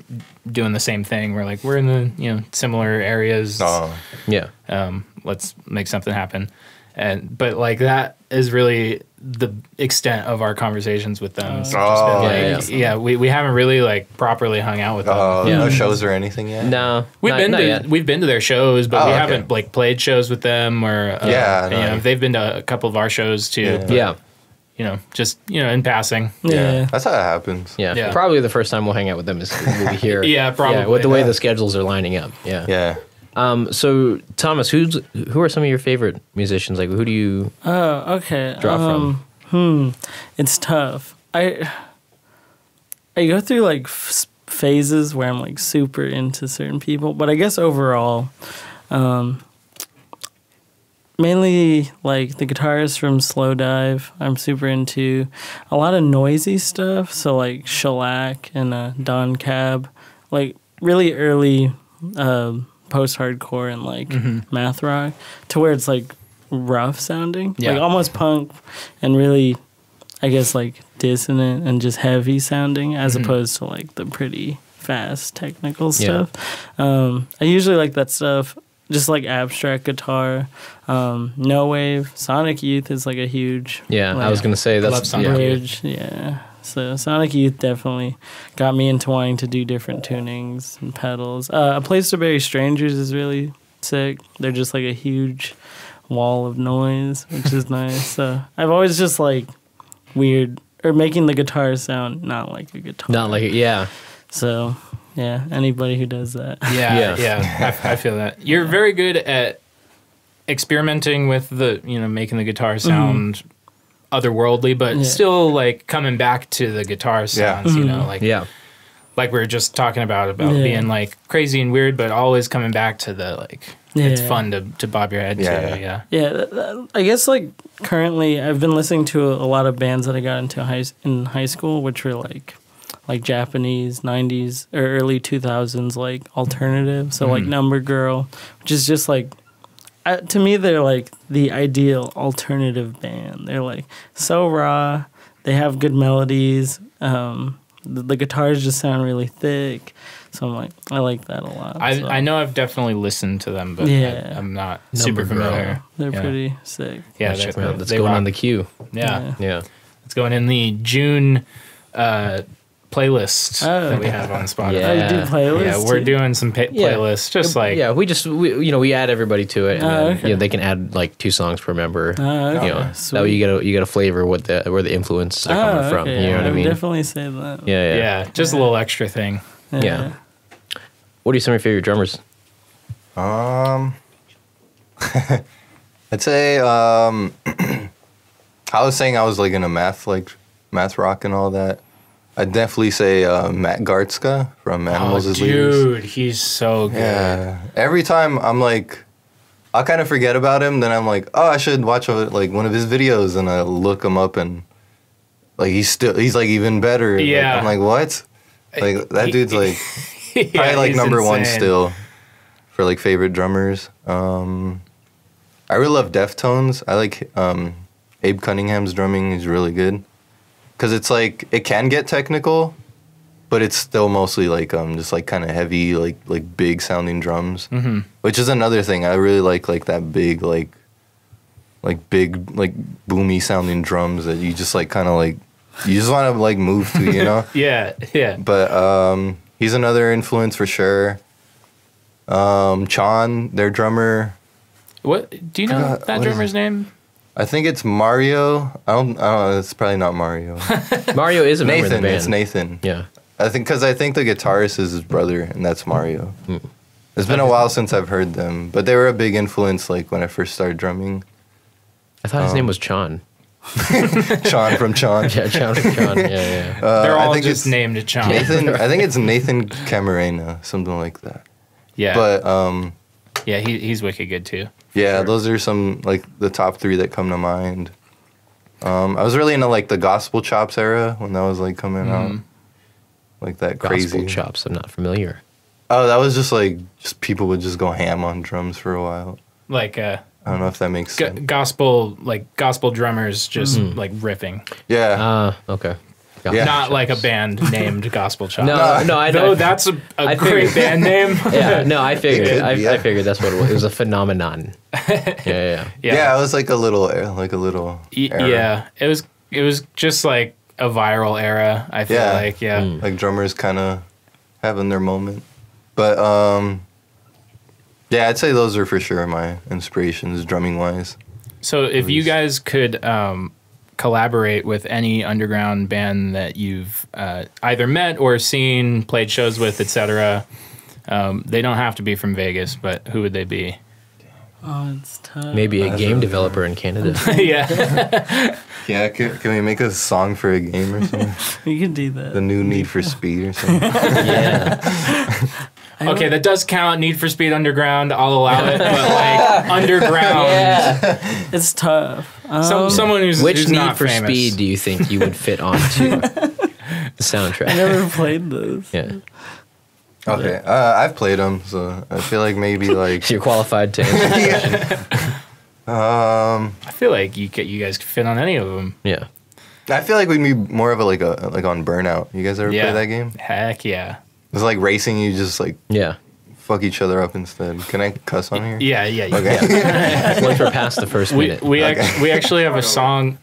Speaker 4: doing the same thing. We're like, we're in the you know similar areas.
Speaker 2: oh,
Speaker 1: Yeah.
Speaker 4: Um, let's make something happen. And but like that is really the extent of our conversations with them. It's just been
Speaker 2: Oh,
Speaker 4: like- yeah, we, we haven't really like properly hung out with them.
Speaker 2: oh,
Speaker 1: Yeah.
Speaker 2: no shows or anything yet.
Speaker 1: No,
Speaker 4: We've
Speaker 1: not-
Speaker 4: been
Speaker 1: not
Speaker 4: to
Speaker 1: yet.
Speaker 4: we've been to their shows, but
Speaker 2: Oh,
Speaker 4: we
Speaker 2: okay.
Speaker 4: haven't like played shows with them or uh,
Speaker 2: Yeah, no.
Speaker 4: you know, they've been to a couple of our shows too.
Speaker 2: Yeah.
Speaker 4: but,
Speaker 1: yeah.
Speaker 4: you know, just you know, in passing.
Speaker 2: Yeah,
Speaker 3: Yeah.
Speaker 2: that's how it happens.
Speaker 1: Yeah.
Speaker 4: Yeah.
Speaker 1: probably the first time we'll hang out with them is we'll be here.
Speaker 4: Yeah,
Speaker 1: with
Speaker 4: probably,
Speaker 1: the way
Speaker 4: yeah.
Speaker 1: the schedules are lining up. Yeah.
Speaker 2: yeah.
Speaker 1: Um. So Thomas, who's who are some of your favorite musicians? Like, who do you
Speaker 3: Oh, okay. hmm,
Speaker 1: draw
Speaker 3: Um,
Speaker 1: from?
Speaker 3: It's tough. I I go through like f- phases where I'm like super into certain people, but I guess overall, um, mainly like the guitarist from Slow Dive, I'm super into a lot of noisy stuff. So like Shellac and uh, Don Cab, like really early um post hardcore and like math rock to where it's like rough sounding,
Speaker 4: Yeah.
Speaker 3: like almost punk and really I guess like dissonant and just heavy sounding as opposed to like the pretty fast technical
Speaker 1: Yeah.
Speaker 3: stuff. Um, I usually like that stuff, just like abstract guitar, um, no wave, Sonic Youth is like a huge
Speaker 1: Yeah, I was gonna say that's
Speaker 4: love Sonic
Speaker 1: yeah.
Speaker 4: Youth.
Speaker 3: bridge, yeah. So Sonic Youth definitely got me into wanting to do different tunings and pedals. Uh, a Place to Bury Strangers is really sick. They're just like a huge wall of noise, which is nice. So I've always just like weird or making the guitar sound not like a guitar.
Speaker 1: Not like it. Yeah.
Speaker 3: so. Yeah, anybody who does that.
Speaker 1: Yeah.
Speaker 4: Yeah, yeah. I, I feel that. You're very good at experimenting with the, you know, making the guitar sound otherworldly, but
Speaker 3: Yeah.
Speaker 4: still like coming back to the guitar sounds. You know, like
Speaker 1: Yeah.
Speaker 4: like we were just talking about about
Speaker 3: Yeah.
Speaker 4: being like crazy and weird, but always coming back to the like. It's
Speaker 3: Yeah.
Speaker 4: fun to to bob your head
Speaker 2: Yeah, yeah.
Speaker 4: to. Yeah,
Speaker 3: Yeah, th- th- I guess like currently, I've been listening to a lot of bands that I got into high s- in high school, which were like like Japanese '90s or early 2000s like alternative. So
Speaker 4: Mm.
Speaker 3: like Number Girl, which is just like uh, to me they're like the ideal alternative band. They're like so raw. They have good melodies. Um, the, the guitars just sound really thick. So I'm like, I like that a lot.
Speaker 4: I
Speaker 3: so
Speaker 4: I know I've definitely listened to them, but
Speaker 3: Yeah.
Speaker 4: I, am not
Speaker 1: Number
Speaker 4: super
Speaker 1: Girl.
Speaker 4: familiar.
Speaker 3: they're
Speaker 4: yeah.
Speaker 3: pretty sick.
Speaker 4: Yeah,
Speaker 1: Let's
Speaker 4: they're-
Speaker 1: check them out. That's
Speaker 4: they
Speaker 1: going
Speaker 4: rock.
Speaker 1: on the queue.
Speaker 4: yeah.
Speaker 1: Yeah.
Speaker 4: It's going in the June uh, playlist
Speaker 3: Oh.
Speaker 4: that we have on Spotify.
Speaker 1: Yeah.
Speaker 3: Oh, you do playlists.
Speaker 4: Yeah, we're
Speaker 3: too?
Speaker 4: doing some pa-
Speaker 1: Yeah.
Speaker 4: playlists, just like
Speaker 1: yeah, we just we, you know we add everybody to it, and
Speaker 3: Oh,
Speaker 1: then,
Speaker 3: okay.
Speaker 1: you know, they can add like two songs per member.
Speaker 3: Oh, okay.
Speaker 1: You know,
Speaker 3: Sweet.
Speaker 1: that way you get a you get a flavor what the where the influence are coming
Speaker 3: Oh,
Speaker 1: from.
Speaker 3: okay.
Speaker 1: You know what I
Speaker 3: would
Speaker 1: mean?
Speaker 3: Definitely say that.
Speaker 1: yeah,
Speaker 4: yeah.
Speaker 1: yeah,
Speaker 4: just a little extra thing.
Speaker 1: yeah, What are some of your favorite drummers?
Speaker 2: Um, I'd say um, I was saying I was like into math, like math rock and all that. I'd definitely say uh, Matt Gartzka from Animals
Speaker 4: oh,
Speaker 2: as Leaders.
Speaker 4: dude, he's so good.
Speaker 2: Yeah. Every time I'm like, I kind of forget about him. Then I'm like, oh, I should watch a, like one of his videos, and I look him up, and like he's still he's like even better. Like,
Speaker 4: Yeah.
Speaker 2: I'm like, what? Like that
Speaker 4: he-
Speaker 2: dude's like
Speaker 4: Yeah,
Speaker 2: probably like
Speaker 4: he's
Speaker 2: number one
Speaker 4: insane.
Speaker 2: still for like favorite drummers. Um, I really love Deftones. I like um, Abe Cunningham's drumming is really good because it's like it can get technical, but it's still mostly like um just like kind of heavy like like big sounding drums, mm-hmm. which is another thing I really like like that big like like big like boomy sounding drums that you just like kind of like you just want to like move to you know
Speaker 4: Yeah, yeah.
Speaker 2: but um, he's another influence for sure. Um, Chan, their drummer,
Speaker 4: What do you know
Speaker 2: Forgot-
Speaker 4: that
Speaker 2: Uh, what is
Speaker 4: drummer's name?
Speaker 2: I think it's Mario. I don't. I don't know. It's probably not Mario.
Speaker 1: Mario is a member of
Speaker 2: Nathan.
Speaker 1: the band.
Speaker 2: It's Nathan.
Speaker 1: Yeah,
Speaker 2: I think because I think the guitarist is his brother, and that's Mario.
Speaker 1: Hmm.
Speaker 2: It's been a while since I've heard them, but they were a big influence. Like when I first started drumming,
Speaker 1: I thought his
Speaker 2: Um,
Speaker 1: name was Chan.
Speaker 2: Chan from Chan.
Speaker 1: Yeah, Chan. Chan. Yeah, yeah.
Speaker 2: Uh,
Speaker 4: They're
Speaker 2: I
Speaker 4: all
Speaker 2: think
Speaker 4: just
Speaker 2: it's
Speaker 4: named Chon.
Speaker 2: Nathan. I think it's Nathan Camarena, something like that.
Speaker 4: Yeah,
Speaker 2: But um,
Speaker 4: yeah, he, he's wicked good too.
Speaker 2: Yeah,
Speaker 4: Sure.
Speaker 2: those are some like the top three that come to mind. Um, I was really into like the gospel chops era when that was like coming out, like that
Speaker 1: Gospel
Speaker 2: crazy.
Speaker 1: chops. I'm not familiar.
Speaker 2: Oh, that was just like just people would just go ham on drums for a while.
Speaker 4: Like uh,
Speaker 2: I don't know if that makes
Speaker 4: g-
Speaker 2: sense.
Speaker 4: gospel, like gospel drummers, just like riffing.
Speaker 2: Yeah,
Speaker 1: Uh, okay. Got
Speaker 2: Yeah.
Speaker 1: it.
Speaker 4: Not like a band named Gospel Chops.
Speaker 1: No, no, I
Speaker 4: Though
Speaker 1: know.
Speaker 4: that's a, a
Speaker 1: I
Speaker 4: great
Speaker 1: figured-
Speaker 4: band name.
Speaker 1: yeah, no, I figured.
Speaker 2: could
Speaker 1: I,
Speaker 2: be,
Speaker 1: I
Speaker 2: yeah.
Speaker 1: figured that's what it was. It was a phenomenon. Yeah, yeah. yeah.
Speaker 2: yeah, It was like a little, er- like a little.
Speaker 4: Y-
Speaker 2: era.
Speaker 4: yeah. It was it was just like a viral era. I feel
Speaker 2: Yeah.
Speaker 4: like yeah.
Speaker 2: like drummers kind of having their moment. But um, yeah, I'd say those are for sure my inspirations drumming wise.
Speaker 4: So if you guys could um, collaborate with any underground band that you've uh, either met or seen, played shows with, etc. Um, they don't have to be from Vegas, but who would they be?
Speaker 3: Oh, it's tough.
Speaker 1: Maybe a game developer in Canada.
Speaker 4: yeah,
Speaker 2: Yeah, can, can we make a song for a game or something?
Speaker 3: you can do
Speaker 2: The
Speaker 3: that.
Speaker 2: new Need for Speed or something.
Speaker 1: yeah.
Speaker 3: I
Speaker 4: okay,
Speaker 3: don't-
Speaker 4: that does count. Need for Speed Underground, I'll allow it, but like underground,
Speaker 3: it's tough. Um,
Speaker 4: some, someone who's
Speaker 1: Which
Speaker 4: who's
Speaker 1: Need
Speaker 4: not
Speaker 1: for
Speaker 4: famous.
Speaker 1: Speed do you think you would fit onto the
Speaker 3: I
Speaker 1: soundtrack?
Speaker 3: never played this.
Speaker 1: Yeah.
Speaker 2: Okay, uh, I've played them, so I feel like maybe like
Speaker 1: You're qualified to answer. that.
Speaker 2: Um,
Speaker 4: I feel like you get you guys could fit on any of them.
Speaker 1: Yeah.
Speaker 2: I feel like we'd be more of a like a like on Burnout. You guys ever
Speaker 4: Yeah.
Speaker 2: play that game?
Speaker 4: Heck yeah.
Speaker 2: It's like racing. You just like
Speaker 1: Yeah.
Speaker 2: fuck each other up instead. Can I cuss on here?
Speaker 4: Yeah, yeah, yeah.
Speaker 2: Okay.
Speaker 1: Once we're past the first
Speaker 4: We
Speaker 1: minute.
Speaker 4: we, act- we actually have a song.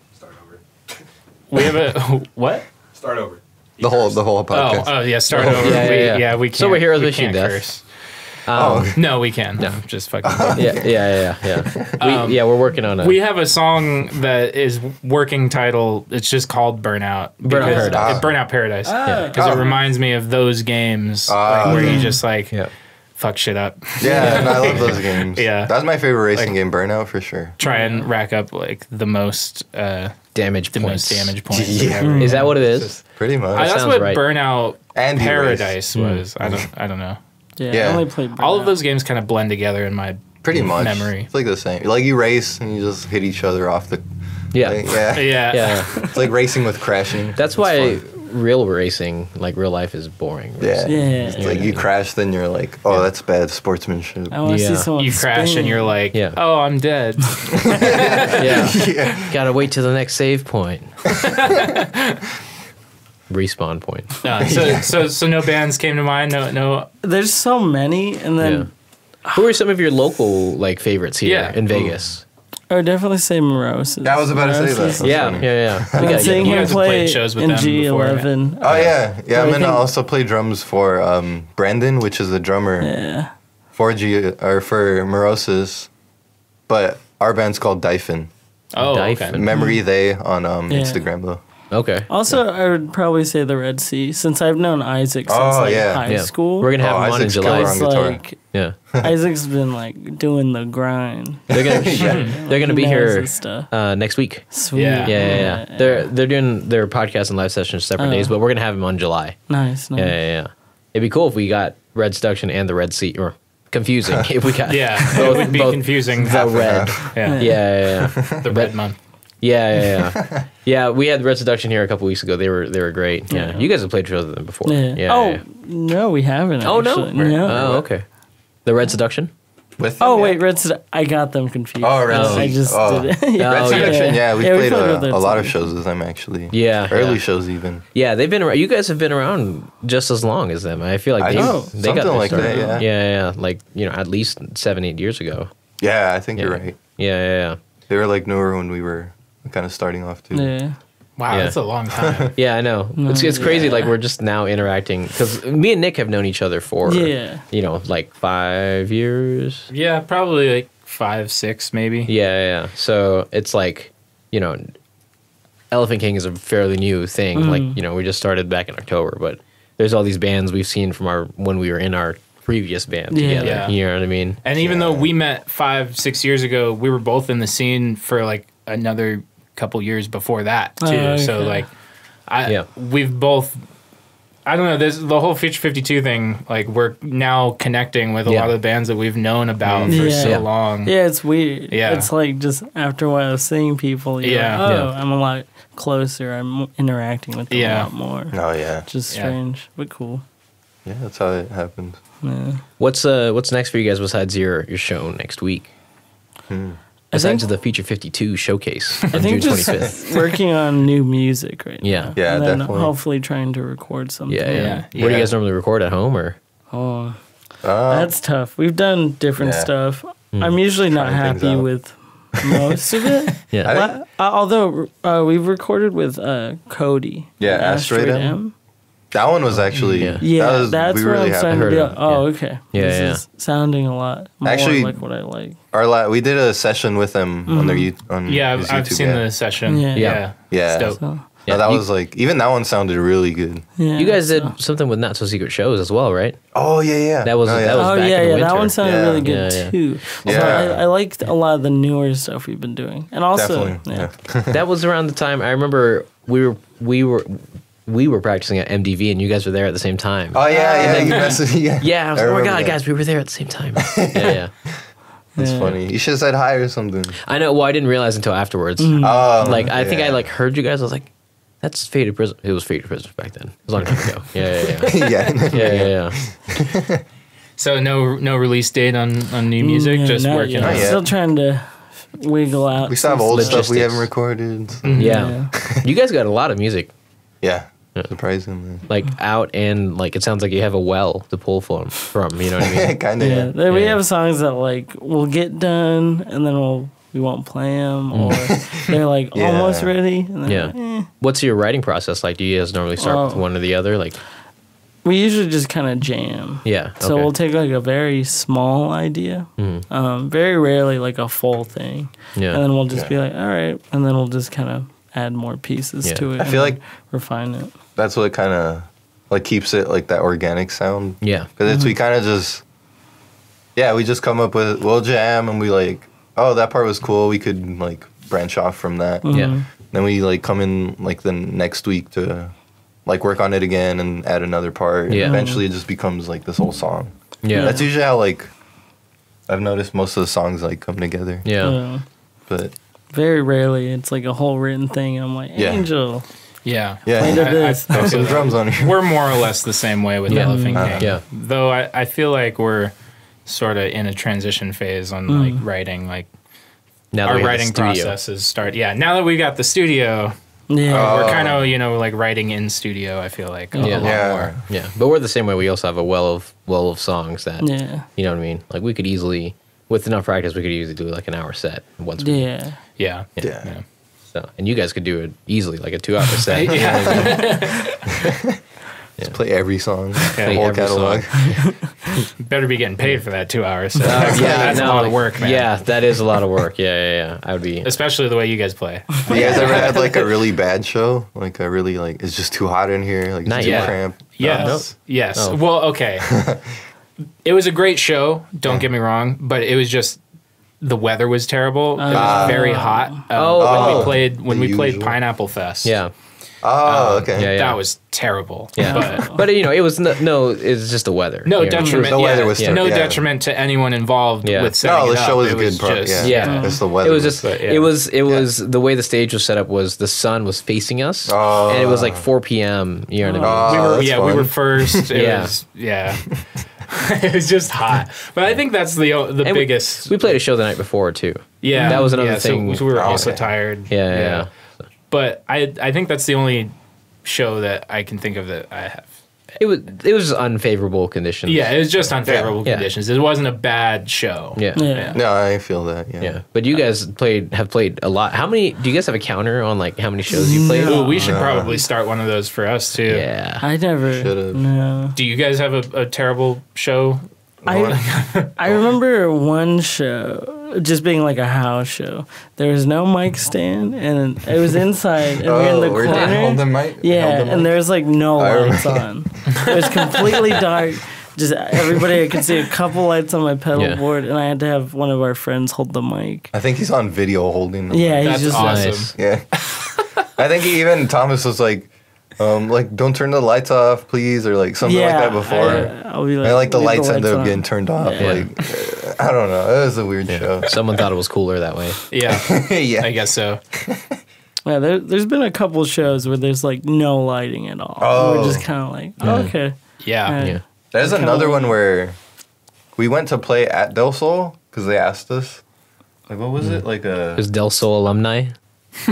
Speaker 4: We have a what?
Speaker 5: Start over.
Speaker 2: The whole the whole podcast.
Speaker 4: Oh, oh yeah, start over.
Speaker 1: yeah,
Speaker 4: we,
Speaker 1: yeah, yeah.
Speaker 4: yeah. we can't.
Speaker 1: So we're here with
Speaker 4: we
Speaker 1: Wishing
Speaker 4: can't
Speaker 1: Death.
Speaker 4: curse.
Speaker 2: Oh,
Speaker 4: No, we can. No, just fucking.
Speaker 1: Um, yeah, yeah, yeah, yeah. yeah. We, yeah, we're working on a
Speaker 4: Um, we have a song that is working title. It's just called Burnout. because-
Speaker 1: Paradise.
Speaker 4: uh, Burnout Paradise.
Speaker 3: Ah.
Speaker 4: Because it reminds me of those games like,
Speaker 2: Ah.
Speaker 4: where you just like
Speaker 1: yeah.
Speaker 4: fuck shit up,
Speaker 2: yeah, and I love those games.
Speaker 4: Yeah.
Speaker 2: that's my favorite racing game, Burnout for sure.
Speaker 4: try and rack up like the most uh,
Speaker 1: damage
Speaker 4: the
Speaker 1: points.
Speaker 4: most damage points.
Speaker 2: Yeah,
Speaker 1: Is that what it is?
Speaker 2: pretty
Speaker 4: I-
Speaker 2: much.
Speaker 4: that's
Speaker 1: sounds
Speaker 4: what
Speaker 1: right. Hmm.
Speaker 4: Burnout
Speaker 2: And you race.
Speaker 4: Paradise was. I don't. I don't know.
Speaker 3: Yeah,
Speaker 2: Yeah.
Speaker 3: I only played
Speaker 4: All of
Speaker 3: Burnout.
Speaker 4: those games kind of blend together in my
Speaker 2: pretty much
Speaker 4: memory.
Speaker 2: It's like the same. Like you race and you just hit each other off the.
Speaker 1: Yeah.
Speaker 2: Like,
Speaker 1: Yeah.
Speaker 2: yeah.
Speaker 4: Yeah.
Speaker 2: It's like racing with crashing.
Speaker 1: That's why real racing, like real life, is boring.
Speaker 2: Yeah.
Speaker 3: Yeah.
Speaker 2: It's like you crash, then you're like, oh, that's bad sportsmanship.
Speaker 3: I want to
Speaker 1: Yeah.
Speaker 3: see someone.
Speaker 4: You crash
Speaker 3: spin.
Speaker 4: and you're like,
Speaker 1: Yeah.
Speaker 4: oh, I'm dead.
Speaker 1: Yeah. Gotta wait till the next save point. Respawn point.
Speaker 4: No, Uh, so, so so no bands came to mind. No no.
Speaker 3: There's so many, and
Speaker 1: Yeah.
Speaker 3: then
Speaker 1: Who are some of your local like favorites here
Speaker 4: Yeah.
Speaker 1: in Vegas?
Speaker 3: I would definitely say Morosis.
Speaker 2: Yeah, I was about to say that.
Speaker 3: Morosis.
Speaker 2: That's
Speaker 1: Yeah,
Speaker 2: funny.
Speaker 1: yeah, yeah. We
Speaker 3: I'm
Speaker 1: got
Speaker 3: seeing
Speaker 4: you
Speaker 1: you.
Speaker 3: him
Speaker 4: guys have played
Speaker 3: play
Speaker 4: shows with
Speaker 3: in
Speaker 4: them before, right?
Speaker 3: G11.
Speaker 2: Oh yeah, yeah.
Speaker 3: I
Speaker 2: I'm gonna
Speaker 3: think-
Speaker 2: also play drums for um, Brandon, which is the drummer
Speaker 3: Yeah.
Speaker 2: for G or for Morosis, but our band's called Dyphon.
Speaker 4: Oh,
Speaker 1: Dyphon.
Speaker 4: okay.
Speaker 2: Memory they on um,
Speaker 3: Yeah.
Speaker 2: Instagram though.
Speaker 1: Okay.
Speaker 3: Also, I would probably say the Red Sea, since I've known Isaac since
Speaker 2: Oh,
Speaker 3: like,
Speaker 2: yeah.
Speaker 3: high
Speaker 1: Yeah.
Speaker 3: school.
Speaker 1: We're gonna have
Speaker 2: Oh,
Speaker 1: him on
Speaker 2: Isaac's
Speaker 1: in
Speaker 2: killer
Speaker 1: July.
Speaker 2: on
Speaker 3: It's
Speaker 2: guitar.
Speaker 3: like
Speaker 1: Yeah.
Speaker 3: Isaac's been like doing the grind.
Speaker 1: They're gonna they're gonna be
Speaker 3: He knows
Speaker 1: here
Speaker 3: his stuff.
Speaker 1: uh, next week.
Speaker 3: Sweet.
Speaker 4: Yeah.
Speaker 1: Yeah, yeah, yeah. They're they're doing their podcast and live sessions separate
Speaker 3: Oh.
Speaker 1: days, but we're gonna have him on July.
Speaker 3: nice, nice.
Speaker 4: Mm.
Speaker 1: Yeah, yeah, yeah. It'd be cool if we got Red Seduction and the Red Sea, or confusing if we got
Speaker 4: Yeah, it would be confusing.
Speaker 1: the red. Yeah,
Speaker 4: yeah,
Speaker 1: yeah, yeah.
Speaker 4: the red month.
Speaker 1: Yeah, yeah, yeah. yeah, we had Red Seduction here a couple weeks ago. They were they were great. Yeah.
Speaker 3: Yeah.
Speaker 1: You guys have played shows with them before.
Speaker 3: Yeah.
Speaker 1: oh.
Speaker 3: oh no, we haven't.
Speaker 1: Oh no.
Speaker 3: actually. no.
Speaker 1: Oh, okay. The Red Seduction?
Speaker 2: With
Speaker 3: Oh
Speaker 2: them, yeah.
Speaker 3: wait, Red Sea. I got them confused.
Speaker 2: Oh, Red
Speaker 1: Sea.
Speaker 3: I just
Speaker 2: Oh.
Speaker 3: did it. yeah.
Speaker 1: Red
Speaker 2: Red
Speaker 1: Oh, yeah.
Speaker 2: Seduction, yeah. we
Speaker 3: Yeah, we
Speaker 2: played,
Speaker 3: played
Speaker 2: uh,
Speaker 3: with Red
Speaker 2: a lot of
Speaker 3: Seduction.
Speaker 2: shows with them actually.
Speaker 1: Yeah,
Speaker 2: early
Speaker 1: yeah.
Speaker 2: shows even.
Speaker 1: Yeah, they've been around. You guys have been around just as long as them. I feel like
Speaker 2: I
Speaker 1: they,
Speaker 2: know.
Speaker 1: they got
Speaker 2: Something
Speaker 1: their
Speaker 2: like
Speaker 1: start.
Speaker 2: that, yeah.
Speaker 1: yeah, yeah. Like, you know, at least seven, eight years ago.
Speaker 2: Yeah, I think
Speaker 1: Yeah.
Speaker 2: you're right.
Speaker 1: Yeah, yeah,
Speaker 2: They were like newer when we were kind of starting off too.
Speaker 3: Yeah.
Speaker 4: Wow,
Speaker 1: Yeah.
Speaker 4: that's a long time.
Speaker 1: yeah. Yeah, I know. it's
Speaker 3: Mm,
Speaker 1: it's crazy. Like, we're just now interacting because me and Nick have known each other for,
Speaker 3: Yeah.
Speaker 1: you know, like five years.
Speaker 4: yeah, probably like five, six, maybe.
Speaker 1: Yeah, yeah, yeah. So it's like, you know, Elephant King is a fairly new thing.
Speaker 3: Mm.
Speaker 1: Like, you know, we just started back in October, but there's all these bands we've seen from our when we were in our previous band
Speaker 3: Yeah.
Speaker 1: together.
Speaker 4: Yeah.
Speaker 1: You know what I mean?
Speaker 4: And even though
Speaker 2: Yeah.
Speaker 4: we met five, six years ago, we were both in the scene for like another couple years before that too.
Speaker 3: Oh,
Speaker 4: So
Speaker 3: okay.
Speaker 4: like, I
Speaker 1: Yeah.
Speaker 4: we've both. I don't know. This the whole Future Fifty Two thing. Like we're now connecting with a
Speaker 1: Yeah.
Speaker 4: lot of the bands that we've known about for
Speaker 3: Yeah.
Speaker 4: so
Speaker 1: Yeah.
Speaker 4: long.
Speaker 3: Yeah, it's weird.
Speaker 4: Yeah.
Speaker 3: It's like just after a while seeing people, you're
Speaker 4: Yeah.
Speaker 3: yeah. like, oh,
Speaker 1: Yeah.
Speaker 3: I'm a lot closer. I'm interacting with them
Speaker 4: Yeah.
Speaker 3: a lot more.
Speaker 2: No, Oh, yeah,
Speaker 3: Which is
Speaker 4: Yeah.
Speaker 3: strange, but cool.
Speaker 2: yeah. That's how it happened.
Speaker 3: Yeah.
Speaker 1: What's uh what's next for you guys besides your your show next week? Besides
Speaker 4: Hmm.
Speaker 1: the
Speaker 3: think-
Speaker 1: Feature 52 showcase
Speaker 3: I
Speaker 1: on June
Speaker 3: think
Speaker 1: 25th.
Speaker 3: just working on new music right
Speaker 1: Yeah.
Speaker 3: now.
Speaker 2: Yeah,
Speaker 3: and then
Speaker 2: definitely.
Speaker 3: hopefully trying to record something.
Speaker 1: Yeah, yeah.
Speaker 4: Yeah.
Speaker 1: Where do
Speaker 4: Yeah.
Speaker 1: you guys normally record at home or?
Speaker 3: Oh,
Speaker 2: Uh,
Speaker 3: that's tough. We've done different
Speaker 2: Yeah.
Speaker 3: stuff.
Speaker 1: Hmm.
Speaker 3: I'm usually not
Speaker 2: Trying things
Speaker 3: happy
Speaker 2: out.
Speaker 3: with most of it.
Speaker 1: Yeah.
Speaker 2: I think-
Speaker 3: Uh, although uh, we've recorded with uh, Cody.
Speaker 2: Yeah,
Speaker 3: and
Speaker 2: Asteroid M. that one was actually
Speaker 1: Yeah.
Speaker 3: Yeah,
Speaker 2: that was,
Speaker 3: that's
Speaker 2: we
Speaker 3: where
Speaker 2: really
Speaker 3: I'm
Speaker 2: happy.
Speaker 3: starting to
Speaker 1: Heard
Speaker 3: be
Speaker 1: of
Speaker 3: like,
Speaker 1: it,
Speaker 3: oh,
Speaker 1: yeah.
Speaker 3: okay.
Speaker 1: Yeah,
Speaker 3: this
Speaker 1: yeah.
Speaker 3: is sounding a lot more
Speaker 2: Actually-
Speaker 3: like what I like.
Speaker 2: Our la- we did a session with him on their you-
Speaker 1: Mm-hmm.
Speaker 2: on
Speaker 4: Yeah, I've,
Speaker 2: his
Speaker 4: I've
Speaker 2: YouTube,
Speaker 4: seen
Speaker 2: yeah.
Speaker 4: the session.
Speaker 3: Yeah.
Speaker 4: yeah,
Speaker 2: Yeah.
Speaker 4: It's dope.
Speaker 3: So,
Speaker 2: No,
Speaker 1: Yeah,
Speaker 2: that
Speaker 1: you-
Speaker 2: was like even that one sounded really good.
Speaker 3: yeah.
Speaker 1: You guys did
Speaker 3: so-
Speaker 1: something with Not So Secret shows as well, right?
Speaker 2: Oh yeah, yeah.
Speaker 1: That was-
Speaker 2: oh, yeah.
Speaker 1: that was-
Speaker 3: Oh
Speaker 1: back
Speaker 3: yeah,
Speaker 1: in the
Speaker 3: yeah, that
Speaker 1: winter.
Speaker 3: one sounded
Speaker 2: Yeah.
Speaker 3: really good
Speaker 1: Yeah, yeah.
Speaker 3: too. Also,
Speaker 2: Yeah.
Speaker 3: I, I liked a lot of the newer stuff we've been doing, and also
Speaker 2: Oh, definitely.
Speaker 3: yeah.
Speaker 2: Yeah.
Speaker 1: that was around the time I remember we were we were we were practicing at MDV and you guys were there at the same time.
Speaker 2: Oh yeah, yeah. You messaged yeah.
Speaker 1: yeah, I was like, oh my
Speaker 2: remember
Speaker 1: god,
Speaker 2: that.
Speaker 1: guys, we were there at the same time. yeah, yeah.
Speaker 2: That's
Speaker 3: Yeah.
Speaker 2: funny. You should have said hi or something.
Speaker 1: I know. Well, I didn't realize until afterwards.
Speaker 2: Oh,
Speaker 1: Mm. Like I think I
Speaker 2: yeah.
Speaker 1: like heard you guys. I was like, that's Faded Prism. It was Faded Prism back then. It was a long time ago. Yeah, yeah, yeah.
Speaker 2: yeah.
Speaker 1: Yeah, yeah, yeah.
Speaker 4: So no, no release date on on new music.
Speaker 3: Mm, Yeah,
Speaker 4: just
Speaker 3: not
Speaker 4: working.
Speaker 3: yet.
Speaker 4: on
Speaker 2: Not yet.
Speaker 3: Still trying to wiggle out.
Speaker 2: We still have
Speaker 3: some
Speaker 2: old
Speaker 3: stuff.
Speaker 2: stuff we
Speaker 1: Logistics.
Speaker 2: haven't recorded. so-
Speaker 4: Mm.
Speaker 1: Yeah. you guys got a lot of music
Speaker 2: Yeah. Surprisingly.
Speaker 1: like out and like it sounds like you have a well to pull from. From you know what I mean?
Speaker 2: kind of.
Speaker 3: Yeah,
Speaker 2: Yeah.
Speaker 3: there- we
Speaker 1: Yeah.
Speaker 3: have songs that like we'll get done, and then we'll we won't play them, or they're like
Speaker 2: Yeah.
Speaker 3: almost ready. And
Speaker 1: Mm.
Speaker 3: then
Speaker 1: Yeah.
Speaker 3: eh,
Speaker 1: What's your writing process like? Do you guys normally start with
Speaker 3: Oh.
Speaker 1: one or the other? Like,
Speaker 3: we usually just kind of jam.
Speaker 1: yeah.
Speaker 3: So
Speaker 1: okay. Mm.
Speaker 3: we'll take like a very small idea, um, very rarely like a full thing,
Speaker 1: Yeah.
Speaker 3: and then we'll just be like, all right, and then we'll just kind of add more pieces
Speaker 1: Yeah.
Speaker 3: to it.
Speaker 2: I
Speaker 3: and
Speaker 2: feel like-
Speaker 3: refine it.
Speaker 2: That's what kind of like keeps it like that organic sound.
Speaker 1: yeah.
Speaker 2: Because it's we kind of just, yeah, we just come up with we'll jam and we like, oh that part was cool. We could like branch off from that.
Speaker 1: Yeah.
Speaker 2: Then we like come in like the next week to like work on it again and add another part. and
Speaker 1: Yeah.
Speaker 2: Eventually, it just becomes like this whole song.
Speaker 1: Yeah.
Speaker 2: That's usually how like I've noticed most of the songs like come together.
Speaker 1: yeah.
Speaker 3: Uh,
Speaker 2: But
Speaker 3: very rarely, it's like a whole written thing. And I'm like,
Speaker 2: Yeah. Oh.
Speaker 3: Angel,
Speaker 4: Yeah.
Speaker 2: yeah,
Speaker 3: Play
Speaker 2: yeah.
Speaker 3: the-
Speaker 4: I- I
Speaker 3: is.
Speaker 4: feel
Speaker 2: some
Speaker 4: that.
Speaker 2: drums on here.
Speaker 4: We're more or less the same way with
Speaker 1: Yeah.
Speaker 4: Elephant
Speaker 2: Uh,
Speaker 4: King.
Speaker 1: yeah.
Speaker 4: Though I, I feel like we're sort of in a transition phase on like writing. Like
Speaker 1: Now that
Speaker 4: our
Speaker 1: we have the
Speaker 4: writing
Speaker 1: studio.
Speaker 4: process is start. Yeah. Now that we got the studio,
Speaker 3: yeah,
Speaker 4: we're
Speaker 2: Oh.
Speaker 4: kind of you know like writing in studio. I feel like a
Speaker 1: Yeah.
Speaker 4: lot
Speaker 2: Yeah,
Speaker 4: more.
Speaker 1: Yeah, but we're the same way. We also have a well of well of songs that
Speaker 3: yeah,
Speaker 1: you know what I mean. Like we could easily, with enough practice, we could easily do like an hour set once. we-
Speaker 3: yeah.
Speaker 4: Yeah.
Speaker 2: Yeah.
Speaker 1: So, and you guys could do it easily, like a two-hour set.
Speaker 4: Yeah.
Speaker 2: Just play every song, the
Speaker 4: Play
Speaker 2: whole
Speaker 1: every
Speaker 2: catalog.
Speaker 4: Better be getting paid for that two hours. So
Speaker 1: Uh,
Speaker 4: that's, that's a
Speaker 1: no,
Speaker 4: lot of work, man.
Speaker 1: Yeah, that is a lot of work. Yeah, yeah, yeah. I would be.
Speaker 4: Especially the way you guys play.
Speaker 1: Oh,
Speaker 2: you guys ever had like a really bad show? Like a really like it's just too hot in here. Like it's
Speaker 1: Not
Speaker 2: too
Speaker 1: yet.
Speaker 2: cramped.
Speaker 4: Yes. Yes.
Speaker 1: Oh.
Speaker 4: Well, okay. it was a great show. Don't get me wrong, but it was just the weather was terrible. it was very hot. Um,
Speaker 1: Ah. Oh.
Speaker 4: when
Speaker 2: Oh.
Speaker 4: we played when
Speaker 2: The
Speaker 4: we played
Speaker 2: usual.
Speaker 4: Pineapple Fest.
Speaker 1: Yeah,
Speaker 2: Oh, okay.
Speaker 1: yeah, yeah.
Speaker 4: that was terrible.
Speaker 1: yeah.
Speaker 4: But,
Speaker 1: But, you know, it was no, no it's just the weather.
Speaker 4: no
Speaker 1: you know?
Speaker 4: detriment.
Speaker 2: The
Speaker 4: yeah,
Speaker 2: weather was
Speaker 4: no
Speaker 2: terrible, yeah.
Speaker 4: detriment to anyone involved
Speaker 1: Yeah.
Speaker 4: with setting
Speaker 2: No,
Speaker 4: it
Speaker 2: the show
Speaker 4: up.
Speaker 2: was a
Speaker 4: It
Speaker 2: good part.
Speaker 4: just-
Speaker 1: Yeah.
Speaker 2: yeah, it's the weather.
Speaker 1: It was just.
Speaker 4: But, yeah.
Speaker 1: It was. It was the way the stage was set up was the sun was facing us,
Speaker 2: Oh.
Speaker 1: and it was
Speaker 4: Ah.
Speaker 1: like 4 p.m. You know what I mean?
Speaker 2: Oh,
Speaker 4: we were,
Speaker 2: that's
Speaker 4: yeah, we
Speaker 2: fun.
Speaker 4: were first. It
Speaker 1: Yeah.
Speaker 4: was, yeah. it was just hot, but I think that's the o- the
Speaker 1: And we-
Speaker 4: biggest.
Speaker 1: We played a show the night before too.
Speaker 4: yeah,
Speaker 1: that was another
Speaker 4: yeah, so-
Speaker 1: thing.
Speaker 4: So we were
Speaker 2: Oh,
Speaker 4: also
Speaker 2: okay.
Speaker 4: tired.
Speaker 1: Yeah, yeah, yeah.
Speaker 4: but I I think that's the only show that I can think of that I have.
Speaker 1: It was it was unfavorable conditions.
Speaker 4: Yeah, it was just unfavorable
Speaker 1: Yeah.
Speaker 4: conditions. It wasn't a bad show.
Speaker 1: yeah,
Speaker 3: Yeah.
Speaker 2: No, I feel that. Yeah.
Speaker 1: yeah. But you guys played have played a lot. How many? Do you guys have a counter on like how many shows you played?
Speaker 4: Ooh, we should
Speaker 2: Yeah.
Speaker 4: probably start one of those for us too.
Speaker 1: Yeah,
Speaker 3: I never.
Speaker 2: Should've.
Speaker 3: No.
Speaker 4: Do you guys have a, a terrible show?
Speaker 3: I, I remember one show just being like a house show. There was no mic stand, and it was inside, and we we're in the
Speaker 2: we're
Speaker 3: corner.
Speaker 2: down. Oh, Hold the mic.
Speaker 3: Yeah,
Speaker 2: Hold the
Speaker 3: and
Speaker 2: mic.
Speaker 3: there's like no
Speaker 2: I remember-
Speaker 3: lights on. It was completely dark. Just everybody, I could see a couple lights on my pedal
Speaker 1: Yeah.
Speaker 3: board, and I had to have one of our friends hold the mic.
Speaker 2: I think he's on video holding. the
Speaker 3: Yeah,
Speaker 2: mic.
Speaker 3: he's
Speaker 4: That's
Speaker 3: just
Speaker 4: awesome.
Speaker 1: Nice.
Speaker 2: Yeah. I think even Thomas was like, um, like don't turn the lights off, please, or like something like
Speaker 3: yeah.
Speaker 2: that before.
Speaker 3: I, will be like,
Speaker 2: and like the
Speaker 3: leave
Speaker 2: lights ended up
Speaker 3: on.
Speaker 2: getting turned off.
Speaker 1: Yeah.
Speaker 2: Like uh, I don't know. It was a weird show.
Speaker 1: someone thought it was cooler that way.
Speaker 4: Yeah,
Speaker 2: yeah.
Speaker 4: I guess so.
Speaker 3: Yeah, there, there's been a couple shows where there's like no lighting at all. And
Speaker 2: Oh.
Speaker 3: We're just kind of like, oh, okay. Uh,
Speaker 4: Yeah.
Speaker 1: Yeah,
Speaker 2: There's
Speaker 3: kinda
Speaker 2: another
Speaker 3: like-
Speaker 2: one where we went to play at Del Sol because they asked us. Like what was it? Like a
Speaker 1: it was Del Sol alumni.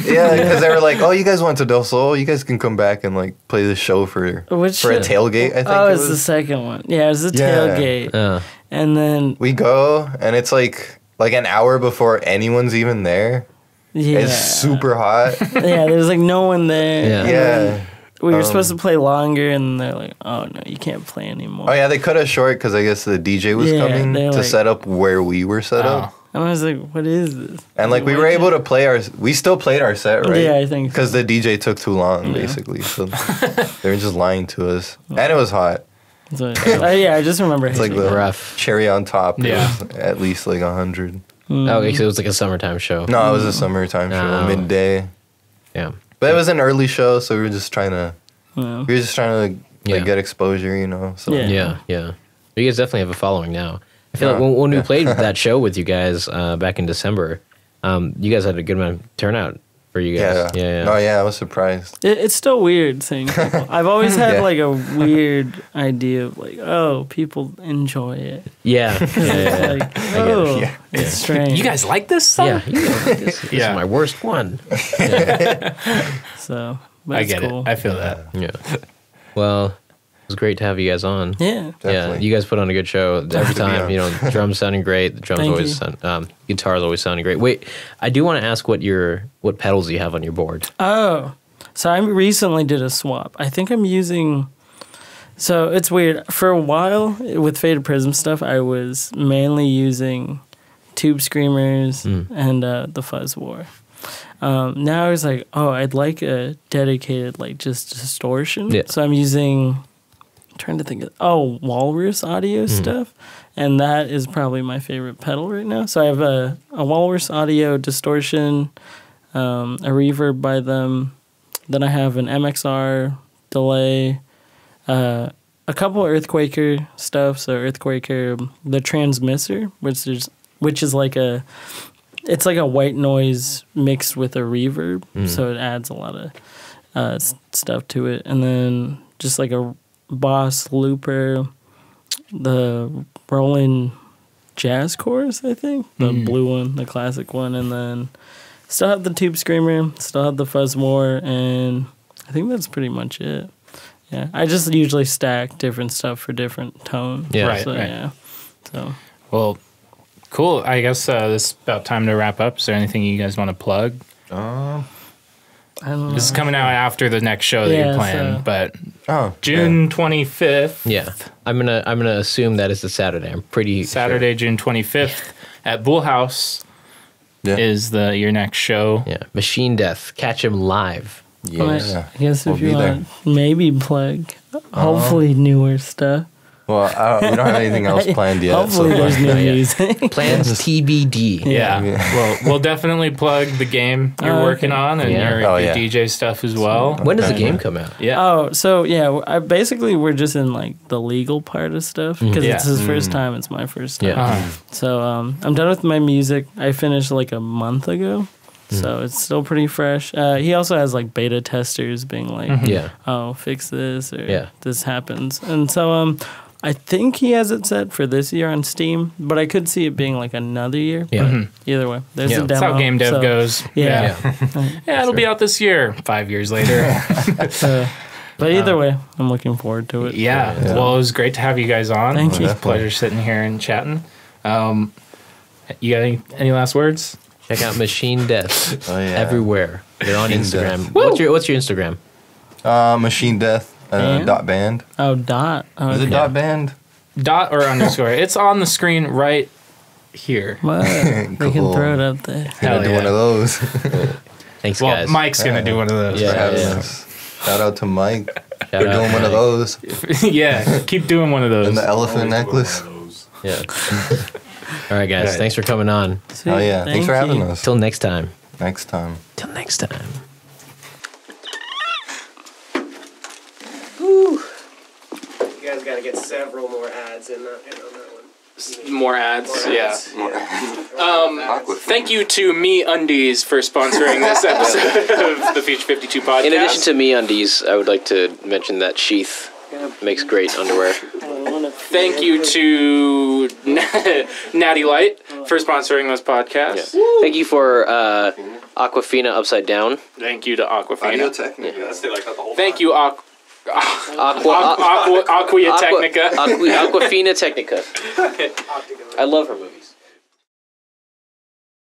Speaker 2: yeah, because they were like, "Oh, you guys went to Del Sol. You guys can come back and like play the show for
Speaker 3: Which
Speaker 2: for a
Speaker 3: show?
Speaker 2: tailgate." I think
Speaker 3: Oh,
Speaker 2: it
Speaker 3: it's the
Speaker 2: was.
Speaker 3: second one. Yeah, it was the
Speaker 2: Yeah.
Speaker 3: tailgate.
Speaker 1: Uh,
Speaker 3: and then,
Speaker 2: We go and it's like like an hour before anyone's even there.
Speaker 3: yeah.
Speaker 2: It's super hot.
Speaker 3: yeah, there's like no one there.
Speaker 1: Yeah.
Speaker 3: And then
Speaker 2: yeah. Um,
Speaker 3: We were supposed to play longer, and they're like, oh, no, you can't play anymore.
Speaker 2: Oh yeah, they cut us short because I guess the DJ was
Speaker 3: Yeah,
Speaker 2: coming
Speaker 3: they're
Speaker 2: to
Speaker 3: like-
Speaker 2: set up where we were set up,
Speaker 3: And I was like, what is this?
Speaker 2: and like we were able to play our. We still played our set, right?
Speaker 3: Yeah, I think so.
Speaker 2: because the DJ took too long, basically. So they were just lying to us, and it was hot.
Speaker 3: So, uh, yeah, I just remember.
Speaker 2: It's like the
Speaker 1: Rough.
Speaker 2: cherry on top. It
Speaker 4: Yeah.
Speaker 2: was at least like a hundred.
Speaker 1: Oh,
Speaker 3: Mm,
Speaker 1: okay, so it was like a summertime show.
Speaker 2: No, it was a summertime show,
Speaker 1: No.
Speaker 2: midday.
Speaker 1: Yeah,
Speaker 2: But it was an early show, so we were just trying to
Speaker 3: Yeah.
Speaker 2: we were just trying to like,
Speaker 1: Yeah.
Speaker 2: get exposure, you know. So
Speaker 3: Yeah.
Speaker 1: yeah, yeah. But you guys definitely have a following now. I feel
Speaker 2: Yeah.
Speaker 1: like when, when we played that show with you guys uh, back in December, um, you guys had a good amount of turnout for you
Speaker 2: yeah,
Speaker 1: guys. Yeah, yeah.
Speaker 2: No, yeah, I was surprised.
Speaker 3: It, it's still weird seeing people. I've always had
Speaker 2: Yeah.
Speaker 3: like a weird idea of like, oh, people enjoy it.
Speaker 1: yeah, yeah, yeah, yeah.
Speaker 3: Like, oh, it's strange.
Speaker 4: You guys like this song?
Speaker 1: Yeah, you know, this, this
Speaker 4: Yeah.
Speaker 1: is my worst one.
Speaker 3: So, but
Speaker 4: I
Speaker 3: it's
Speaker 4: get
Speaker 3: cool.
Speaker 4: it. I feel that.
Speaker 1: Yeah. Well, it was great to have you guys on.
Speaker 3: yeah.
Speaker 1: Yeah,
Speaker 2: Definitely.
Speaker 1: you guys put on a good show every
Speaker 2: to be
Speaker 1: time.
Speaker 2: on.
Speaker 1: You know, drums sounding great. The drums
Speaker 3: Thank
Speaker 1: always
Speaker 3: you.
Speaker 1: sound, um, guitars always sounding great. Wait, I do want to ask what your what pedals you have on your board.
Speaker 3: Oh, So I recently did a swap. I think I'm using. So it's weird. For a while with Faded Prism stuff, I was mainly using Tube Screamers and uh, the Fuzz War. Um, now I was like, oh, I'd like a dedicated like just distortion.
Speaker 1: Yeah.
Speaker 3: So I'm using. I'm trying to think of oh Walrus audio stuff, and that is probably my favorite pedal right now. So I have a a Walrus audio distortion, um, a reverb by them. Then I have an MXR delay, uh, a couple of Earthquaker stuff. So Earthquaker, the transmitter, which is which is like a, it's like a white noise mixed with a reverb.
Speaker 4: Mm.
Speaker 3: So it adds a lot of uh, s- stuff to it. And then just like a Boss Looper, the Roland Jazz Chorus, I think the
Speaker 4: Mm.
Speaker 3: blue one, the classic one, and then still have the Tube Screamer, still have the Fuzzmore, and I think that's pretty much it. Yeah, I just usually stack different stuff for different tone.
Speaker 1: Yeah.
Speaker 4: Right,
Speaker 3: so,
Speaker 4: right.
Speaker 3: yeah. So
Speaker 4: Well, cool. I guess uh, this is about time to wrap up. Is there anything you guys want to plug?
Speaker 3: I don't know.
Speaker 4: This is coming out after the next show that
Speaker 3: Yeah,
Speaker 4: you're playing,
Speaker 3: so-
Speaker 4: but
Speaker 2: Oh,
Speaker 4: June 25th,
Speaker 1: Yeah, I'm gonna I'm gonna assume that is a Saturday. I'm pretty sure.
Speaker 4: Saturday, June 25th at Bull House
Speaker 2: Yeah.
Speaker 4: is the your next show.
Speaker 1: Yeah, Machine Death, catch him live.
Speaker 2: Yeah.
Speaker 3: But
Speaker 2: yeah.
Speaker 3: I guess
Speaker 2: We'll
Speaker 3: if you
Speaker 2: be there.
Speaker 3: want, maybe plug. Hopefully, newer stuff.
Speaker 2: Well, I don't, we don't have anything else planned yet. so,
Speaker 3: Hopefully, there's
Speaker 2: like,
Speaker 3: new
Speaker 1: Not yet.
Speaker 3: music.
Speaker 1: Plans TBD.
Speaker 4: Yeah.
Speaker 2: Yeah.
Speaker 4: well, we'll definitely plug the game you're
Speaker 3: Oh,
Speaker 4: working
Speaker 3: okay.
Speaker 4: on and
Speaker 1: Yeah.
Speaker 4: your,
Speaker 2: Oh,
Speaker 4: your
Speaker 2: yeah.
Speaker 4: DJ stuff as well.
Speaker 1: When does the game come out?
Speaker 4: Yeah.
Speaker 3: Oh, so yeah, I, basically we're just in like the legal part of stuff because
Speaker 4: Yeah.
Speaker 3: it's his first time. It's my first time.
Speaker 1: Yeah.
Speaker 4: Uh-huh.
Speaker 3: So um, I'm done with my music. I finished like a month ago, so it's still pretty fresh. Uh, he also has like beta testers being like,
Speaker 1: Mm-hmm. Yeah.
Speaker 3: "Oh, fix this," or
Speaker 1: Yeah.
Speaker 3: "This happens," and so um, I think he has it set for this year on Steam, but I could see it being like another year.
Speaker 1: Yeah.
Speaker 3: Either way, there's
Speaker 1: Yeah.
Speaker 3: a
Speaker 4: That's
Speaker 3: demo.
Speaker 4: how game dev
Speaker 3: so-
Speaker 4: goes.
Speaker 3: Yeah.
Speaker 1: Mm-hmm. Yeah.
Speaker 4: Yeah, it'll be out this year. Five years later.
Speaker 3: uh, but either way, I'm looking forward to it.
Speaker 4: Um, yeah. Well, it was great to have you guys on.
Speaker 3: Thank
Speaker 4: it
Speaker 3: you.
Speaker 4: was a pleasure sitting here and chatting. Um, you got any, any last words?
Speaker 1: Check out Machine Death
Speaker 2: Oh, yeah.
Speaker 1: everywhere. They're on
Speaker 2: Machine
Speaker 1: Instagram.
Speaker 2: Death.
Speaker 1: What's your What's your Instagram?
Speaker 2: uh, Machine Death uh,
Speaker 3: Band?
Speaker 2: dot band.
Speaker 3: Oh, dot. Oh,
Speaker 2: Is it dot band?
Speaker 4: Dot or underscore? It's on the screen right here.
Speaker 3: What? Oh, they can
Speaker 2: Cool.
Speaker 3: throw it up there.
Speaker 2: Gonna
Speaker 4: Hell
Speaker 2: do
Speaker 4: yeah.
Speaker 2: one of those.
Speaker 1: Thanks,
Speaker 4: Well,
Speaker 1: guys.
Speaker 4: Mike's gonna do one of those.
Speaker 1: Yeah,
Speaker 4: Yeah,
Speaker 2: Having
Speaker 1: yeah.
Speaker 2: us. Shout out to Mike.
Speaker 1: Shout
Speaker 2: We're
Speaker 1: out,
Speaker 2: doing one
Speaker 1: Mike.
Speaker 2: of those.
Speaker 4: yeah. Keep doing one of those.
Speaker 2: And the elephant necklace.
Speaker 1: Yeah. All right, guys.
Speaker 4: Right.
Speaker 1: Thanks for coming on.
Speaker 2: Oh yeah. Thanks for having us.
Speaker 1: Till next time.
Speaker 2: Next time.
Speaker 1: Till next time.
Speaker 5: You guys got to get several more ads in that, in on that one.
Speaker 4: More ads. Yeah.
Speaker 5: Um,
Speaker 4: Thank you to Me Undies for sponsoring this episode of the Future 52 podcast.
Speaker 1: In addition to me undies, I would like to mention that Sheath makes great underwear.
Speaker 4: thank you to Natty Light for sponsoring this podcast.
Speaker 1: Thank you for uh, Aquafina Upside Down.
Speaker 4: Thank you to Aquafina.
Speaker 2: Technica.
Speaker 4: Thank you, Aqu-
Speaker 1: Aqua,
Speaker 4: Aqua- Aqua Technica.
Speaker 1: Aqua, Aquafina Technica. I love her movies.